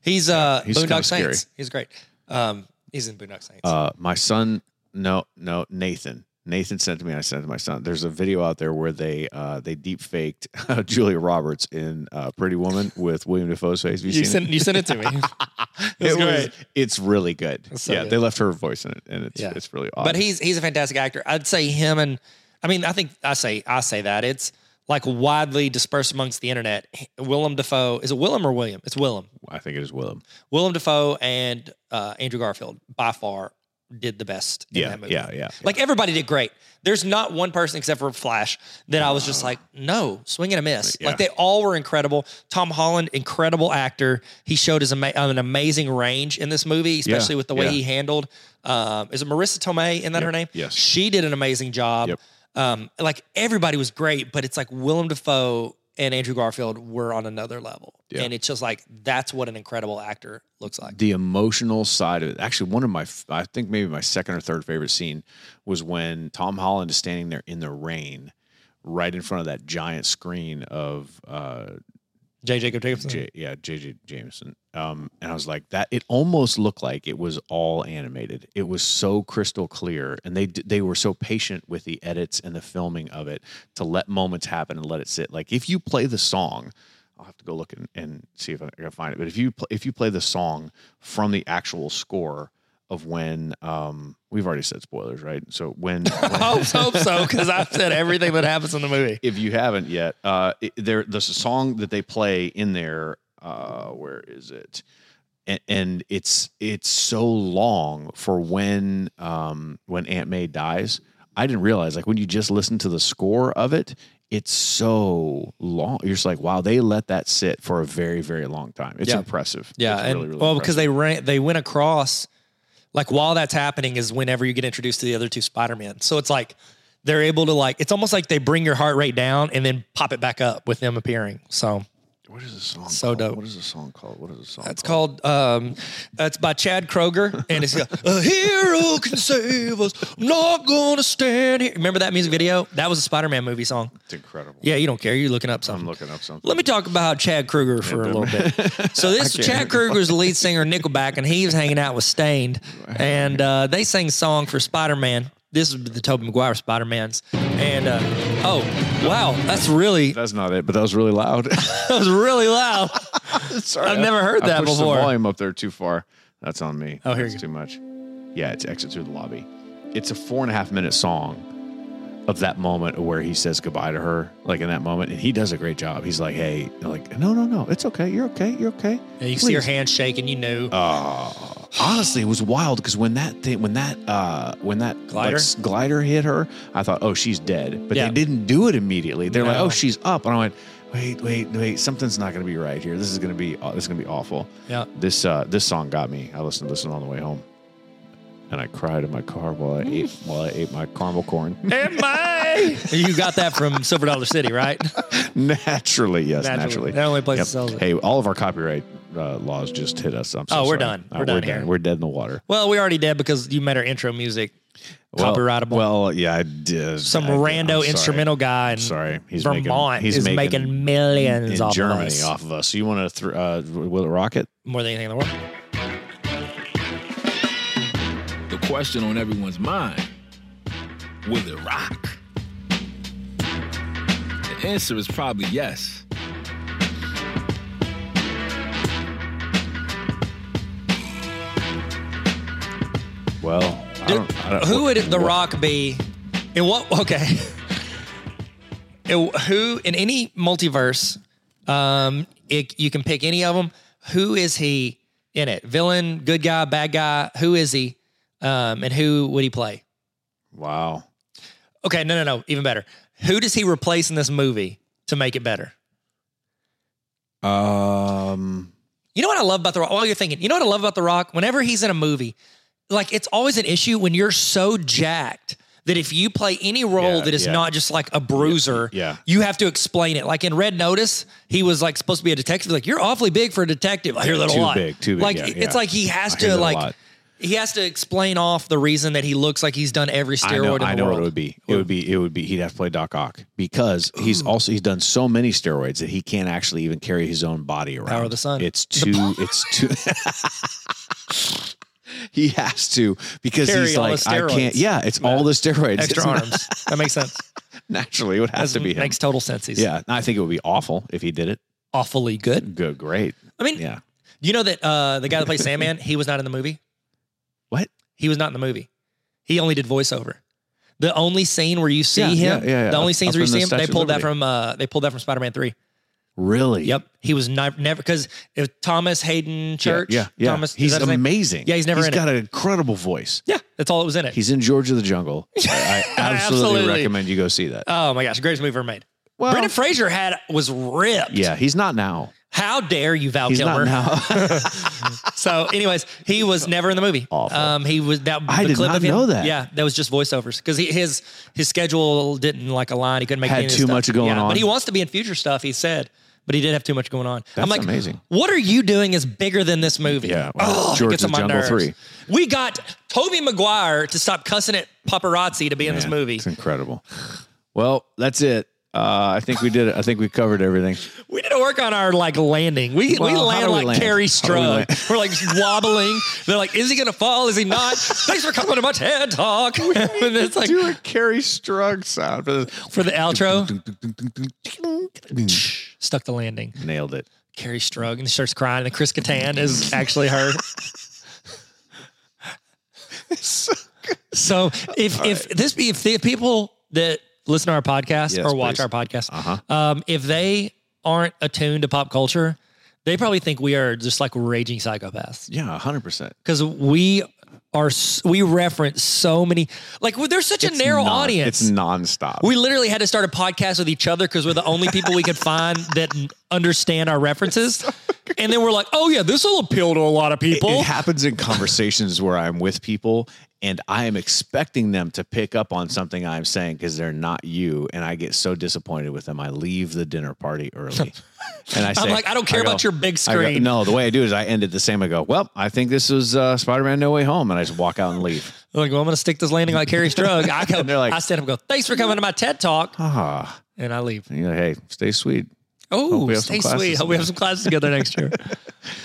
Speaker 2: He's uh
Speaker 1: he's kinda
Speaker 2: Boondock
Speaker 1: scary.
Speaker 2: Saints. He's great. Um he's in Boondock Saints.
Speaker 1: Uh, my son, no, no, Nathan. Nathan sent to me. and I sent it to my son. There's a video out there where they uh, they deep faked Julia Roberts in uh, Pretty Woman with William Defoe's face. Have you,
Speaker 2: you
Speaker 1: seen
Speaker 2: sent you sent it to me. It
Speaker 1: it?
Speaker 2: was
Speaker 1: It was-
Speaker 2: great.
Speaker 1: it's really good.
Speaker 2: so
Speaker 1: yeah,
Speaker 2: good.
Speaker 1: they left her voice in it, and it's
Speaker 2: Yeah.
Speaker 1: it's really awesome.
Speaker 2: But he's he's a fantastic actor. I'd say him and I mean I think I say I say that it's like widely dispersed amongst the internet. H- Willem Dafoe is it Willem or William? It's Willem.
Speaker 1: I think it is Willem.
Speaker 2: Willem Dafoe and uh, Andrew Garfield by far did the best in
Speaker 1: Yeah,
Speaker 2: that movie.
Speaker 1: yeah, yeah.
Speaker 2: Like everybody did great. There's not one person except for Flash that I was just like, no, swing and a miss.
Speaker 1: Yeah.
Speaker 2: Like they all were incredible. Tom Holland, incredible actor. He showed his ama- an amazing range in this movie, especially with the way
Speaker 1: yeah.
Speaker 2: he handled. Um, is it Marissa Tomei? Isn't that her name?
Speaker 1: yes.
Speaker 2: She did an amazing job.
Speaker 1: Yep.
Speaker 2: Um, like everybody was great, but it's like Willem Dafoe and Andrew Garfield were on another level.
Speaker 1: Yeah.
Speaker 2: And it's just like, that's what an incredible actor looks like.
Speaker 1: the emotional side of it. Actually, one of my, I think maybe my second or third favorite scene was when Tom Holland is standing there in the rain, right in front of that giant screen of uh,
Speaker 2: J. Jacob Jacobson.
Speaker 1: J, yeah, JJ Jameson. Um, and I was like, that. It almost looked like it was all animated. It was so crystal clear, and they d- they were so patient with the edits and the filming of it to let moments happen and let it sit. Like if you play the song, I'll have to go look and, and see if I can find it. But if you pl- if you play the song from the actual score of when um, we've already said spoilers, right? So when, when
Speaker 2: I hope hope so because I've said everything that happens in the movie.
Speaker 1: if you haven't yet, uh, it- there there's a song that they play in there. Uh, where is it? And, and it's it's so long for when um, when Aunt May dies. I didn't realize like when you just listen to the score of it, it's so long. You're just like, wow, they let that sit for a very very long time. It's
Speaker 2: Yeah.
Speaker 1: impressive.
Speaker 2: Yeah,
Speaker 1: it's
Speaker 2: and well, because they ran, they went across. Like while that's happening is whenever you get introduced to the other two Spider Men. So it's like they're able to like it's almost like they bring your heart rate down and then pop it back up with them appearing. So
Speaker 1: because What is the song?
Speaker 2: So
Speaker 1: called?
Speaker 2: dope.
Speaker 1: What is the song called? What is the song?
Speaker 2: That's called. Um, that's by Chad Kroger, and it's uh, a hero can save us. I'm not gonna stand here. Remember that music video? That was a Spider-Man movie song.
Speaker 1: It's incredible.
Speaker 2: Yeah, you don't care. You're looking up
Speaker 1: I'm
Speaker 2: something.
Speaker 1: looking up something.
Speaker 2: Let me talk about Chad Kruger for a little bit. So this Chad Kruger is the lead singer of Nickelback, and he was hanging out with Stained, and uh, they sang a song for Spider Man. This is the Tobey Maguire Spider Man's, and uh, oh wow, that's really that
Speaker 1: That's not it, but that was really loud.
Speaker 2: was really loud.
Speaker 1: Sorry,
Speaker 2: I've never heard
Speaker 1: I
Speaker 2: that
Speaker 1: pushed
Speaker 2: before.
Speaker 1: The volume up there too far. That's on me.
Speaker 2: Oh, here
Speaker 1: That's
Speaker 2: you
Speaker 1: too much. Yeah, it's exit through the lobby. It's a four and a half minute song of that moment where he says goodbye to her, like in that moment, and he does a great job. He's like, "Hey, like, no, no, no, it's okay. You're okay. You're okay."
Speaker 2: Yeah, you can see her
Speaker 1: Please."
Speaker 2: hand shaking. You knew.
Speaker 1: Uh. honestly, it was wild because when that thing, when that, uh, when that like,
Speaker 2: Glider?
Speaker 1: s- glider hit her, I thought, oh, she's dead. But
Speaker 2: Yeah.
Speaker 1: they didn't do it immediately. They're like,
Speaker 2: No.
Speaker 1: oh, she's up, and I went, wait, wait, wait, something's not going to be right here. This is going to be, uh, this is going to be awful.
Speaker 2: yeah.
Speaker 1: This, uh, this song got me. I listened, listened on the way home, and I cried in my car while I ate, while I ate my caramel corn.
Speaker 2: Am I? You got that from Silver Dollar City, right?
Speaker 1: naturally, yes, naturally.
Speaker 2: That only place
Speaker 1: Yep.
Speaker 2: that sells it.
Speaker 1: Hey, all of our copyright uh, laws just hit us. I'm so
Speaker 2: Oh, we're
Speaker 1: sorry.
Speaker 2: done.
Speaker 1: Uh,
Speaker 2: We're done here.
Speaker 1: We're dead in the water.
Speaker 2: Well, we already did because you made our intro music copyrightable.
Speaker 1: Well, well, yeah, I did.
Speaker 2: Some
Speaker 1: I did. I'm
Speaker 2: rando
Speaker 1: sorry.
Speaker 2: instrumental guy in
Speaker 1: Sorry, he's making-
Speaker 2: Vermont
Speaker 1: he's
Speaker 2: is
Speaker 1: making-
Speaker 2: making, millions
Speaker 1: in
Speaker 2: off of
Speaker 1: Germany
Speaker 2: us.
Speaker 1: off of us. So you want to? Th- uh, will it rocket?
Speaker 2: more than anything in the world.
Speaker 3: The question on everyone's mind will it rock? The answer is probably yes.
Speaker 1: Well, I
Speaker 2: Dude,
Speaker 1: don't, I don't,
Speaker 2: who would The
Speaker 1: what-
Speaker 2: Rock be? In what? Okay. In who in any multiverse? Um, it, you can pick any of them. Who is he in it? Villain, good guy, bad guy. Who is he? Um, and who would he play?
Speaker 1: Wow.
Speaker 2: Okay, no, no, no. Even better. Who does he replace in this movie to make it better?
Speaker 1: Um.
Speaker 2: You know what I love about The Rock? While you're thinking, you know what I love about The Rock? Whenever he's in a movie, like it's always an issue when you're so jacked that if you play any role
Speaker 1: Yeah,
Speaker 2: that is
Speaker 1: yeah.
Speaker 2: not just like a bruiser,
Speaker 1: Yeah.
Speaker 2: you have to explain it. Like in Red Notice, he was like supposed to be a detective. Like, you're awfully big for a detective. I hear that
Speaker 1: Too
Speaker 2: a lot.
Speaker 1: big, too big,
Speaker 2: Like
Speaker 1: yeah,
Speaker 2: it's
Speaker 1: yeah.
Speaker 2: like he has
Speaker 1: I hear
Speaker 2: to
Speaker 1: that a
Speaker 2: like
Speaker 1: lot.
Speaker 2: he has to explain off the reason that he looks like he's done every steroid
Speaker 1: I know,
Speaker 2: in the
Speaker 1: I know
Speaker 2: world.
Speaker 1: what it would be. It would be. It would be. He'd have to play Doc Ock because he's also he's done so many steroids that he can't actually even carry his own body around.
Speaker 2: Power of the sun.
Speaker 1: It's too. it's too. he has to because
Speaker 2: Carry
Speaker 1: he's
Speaker 2: all the
Speaker 1: like I can't.
Speaker 2: steroids.
Speaker 1: Yeah, it's all the steroids.
Speaker 2: Extra
Speaker 1: It's not-
Speaker 2: arms. That makes sense.
Speaker 1: Naturally, it would have
Speaker 2: That
Speaker 1: to be him.
Speaker 2: makes total sense. He's
Speaker 1: Yeah, and I think it would be awful if he did it.
Speaker 2: awfully good.
Speaker 1: Good, great.
Speaker 2: I mean,
Speaker 1: Yeah.
Speaker 2: You know that uh, the guy that plays Sandman, he was not in the movie.
Speaker 1: What?
Speaker 2: He was not in the movie. He only did voiceover. The only scene where you see
Speaker 1: Yeah,
Speaker 2: him,
Speaker 1: yeah, yeah, yeah.
Speaker 2: the only
Speaker 1: Up-
Speaker 2: scenes
Speaker 1: up
Speaker 2: where
Speaker 1: in
Speaker 2: you see
Speaker 1: the
Speaker 2: him, they
Speaker 1: Statue of
Speaker 2: pulled that
Speaker 1: Liberty.
Speaker 2: from. Uh, they pulled that from Spider-Man Three.
Speaker 1: Really?
Speaker 2: Yep, he was not, never because it was Thomas Hayden Church.
Speaker 1: Yeah. yeah.
Speaker 2: Thomas. is
Speaker 1: he's
Speaker 2: that his name?
Speaker 1: amazing.
Speaker 2: Yeah, he's never in it.
Speaker 1: He's got an incredible voice.
Speaker 2: Yeah, that's all that was in it.
Speaker 1: He's in George of the Jungle. I, I absolutely,
Speaker 2: Absolutely.
Speaker 1: recommend you go see that.
Speaker 2: oh my gosh, greatest movie ever made.
Speaker 1: Well-
Speaker 2: Brendan Fraser had was ripped.
Speaker 1: yeah, he's not now.
Speaker 2: How dare you, Val
Speaker 1: He's
Speaker 2: Kilmer?
Speaker 1: not now.
Speaker 2: So, anyways, he was never in the movie.
Speaker 1: Awful.
Speaker 2: Um, he was that.
Speaker 1: I
Speaker 2: the
Speaker 1: did
Speaker 2: clip
Speaker 1: not
Speaker 2: of him-
Speaker 1: know that.
Speaker 2: Yeah, that was just voiceovers because his his schedule didn't like align. He couldn't make
Speaker 1: Had
Speaker 2: any of this
Speaker 1: too
Speaker 2: stuff.
Speaker 1: much going
Speaker 2: Yeah,
Speaker 1: on.
Speaker 2: But he wants to be in future stuff. He said, but he did have too much going on. I'm
Speaker 1: That's
Speaker 2: like,
Speaker 1: amazing.
Speaker 2: What are you doing? Is bigger than this movie.
Speaker 1: Yeah, well,
Speaker 2: oh, it
Speaker 1: George
Speaker 2: gets
Speaker 1: of
Speaker 2: on my
Speaker 1: Jungle
Speaker 2: nerves.
Speaker 1: 3.
Speaker 2: We got Toby Maguire to stop cussing at paparazzi to be in this
Speaker 1: Man,
Speaker 2: movie.
Speaker 1: It's incredible. Well, that's it. Uh, I think we did it. I think we covered everything.
Speaker 2: We need to work on our like landing. We
Speaker 1: Well,
Speaker 2: we
Speaker 1: how
Speaker 2: land
Speaker 1: do we
Speaker 2: like
Speaker 1: land?
Speaker 2: Carrie
Speaker 1: How do we
Speaker 2: Strug.
Speaker 1: land?
Speaker 2: We are like wobbling. They're like, is he gonna fall? Is he not? Thanks for coming to my TED talk. and it's like
Speaker 1: a Carrie Strug sound for
Speaker 2: for the outro,
Speaker 1: this.
Speaker 2: stuck the landing.
Speaker 1: Nailed it.
Speaker 2: Carrie Strug and she starts crying. And Chris Kattan is actually her. so if if this be if, the people that listen to our podcast
Speaker 1: Yes,
Speaker 2: or watch
Speaker 1: please. Uh-huh.
Speaker 2: our podcast, um, if they aren't attuned to pop culture, they probably think we are just like raging psychopaths.
Speaker 1: Yeah, hundred percent.
Speaker 2: because we are s- we reference so many like well, there's such a narrow audience
Speaker 1: It's nonstop.
Speaker 2: we literally had to start a podcast with each other because we're the only people we could find that understand our references. and then we're like, oh yeah, this will appeal to a lot of people.
Speaker 1: It happens in conversations where I'm with people and I am expecting them to pick up on something I'm saying because they're not you. And I get so disappointed with them. I leave the dinner party early. And I say,
Speaker 2: I'm like, I don't care about your big
Speaker 1: I go-
Speaker 2: screen.
Speaker 1: no, the way I do it is I end it the same. I go, well, I think this was uh, Spider Man No Way Home. And I just walk out and leave.
Speaker 2: They're like, well, I'm gonna stick this landing like Carrie's drug. I go,
Speaker 1: And they're like-
Speaker 2: I stand up and go, thanks for coming to my TED talk.
Speaker 1: Ah,
Speaker 2: And I leave.
Speaker 1: you know, hey, stay sweet. Hope
Speaker 2: Oh,
Speaker 1: we have some
Speaker 2: stay
Speaker 1: classes
Speaker 2: sweet. Hope we have some classes together next year.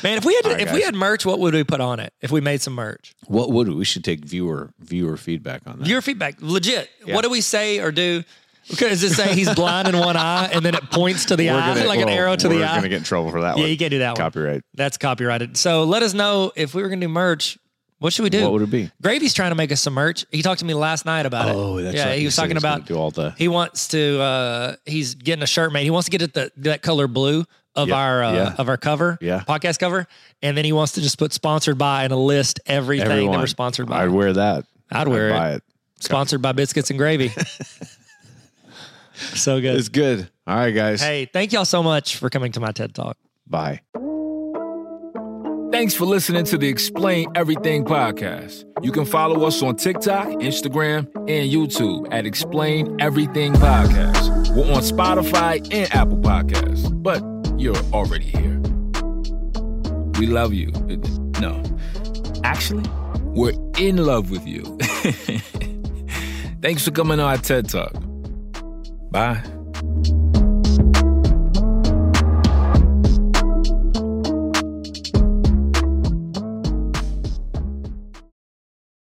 Speaker 2: Man, if we had
Speaker 1: All right,
Speaker 2: if we
Speaker 1: guys.
Speaker 2: had merch, what would we put on it? If we made some merch,
Speaker 1: What would we should take viewer viewer feedback on that?
Speaker 2: your feedback, legit. What do we say or do? Because it say he's blind in one eye and then it points to the
Speaker 1: We're
Speaker 2: eye
Speaker 1: gonna-
Speaker 2: like an
Speaker 1: well,
Speaker 2: arrow to the
Speaker 1: We're
Speaker 2: eye.
Speaker 1: gonna get in trouble for that
Speaker 2: yeah,
Speaker 1: one.
Speaker 2: you can't do that one.
Speaker 1: Copyright.
Speaker 2: That's copyrighted. So let us know if we were gonna do merch. What should we do?
Speaker 1: What would it be?
Speaker 2: Gravy's trying to make us some merch. He talked to me last night about it.
Speaker 1: Oh, that's
Speaker 2: yeah.
Speaker 1: right.
Speaker 2: He
Speaker 1: He
Speaker 2: was
Speaker 1: said
Speaker 2: talking
Speaker 1: he's gonna
Speaker 2: about
Speaker 1: do all the-
Speaker 2: He wants to. uh He's getting a shirt made. He wants to get it the that color blue of
Speaker 1: Yeah,
Speaker 2: our uh,
Speaker 1: yeah.
Speaker 2: of our cover,
Speaker 1: Yeah.
Speaker 2: podcast cover, and then he wants to just put sponsored by and a list everything that we're sponsored by.
Speaker 1: I'd wear that.
Speaker 2: I'd wear
Speaker 1: buy it.
Speaker 2: sponsored by biscuits and gravy. so good.
Speaker 1: It's good. All right, guys.
Speaker 2: Hey, thank y'all so much for coming to my TED talk.
Speaker 1: Bye.
Speaker 3: Thanks for listening to the Explain Everything podcast. You can follow us on TikTok, Instagram, and YouTube at Explain Everything Podcast. We're on Spotify and Apple Podcasts, but you're already here. We love you. No, actually, we're in love with you. Thanks for coming on our TED Talk. Bye.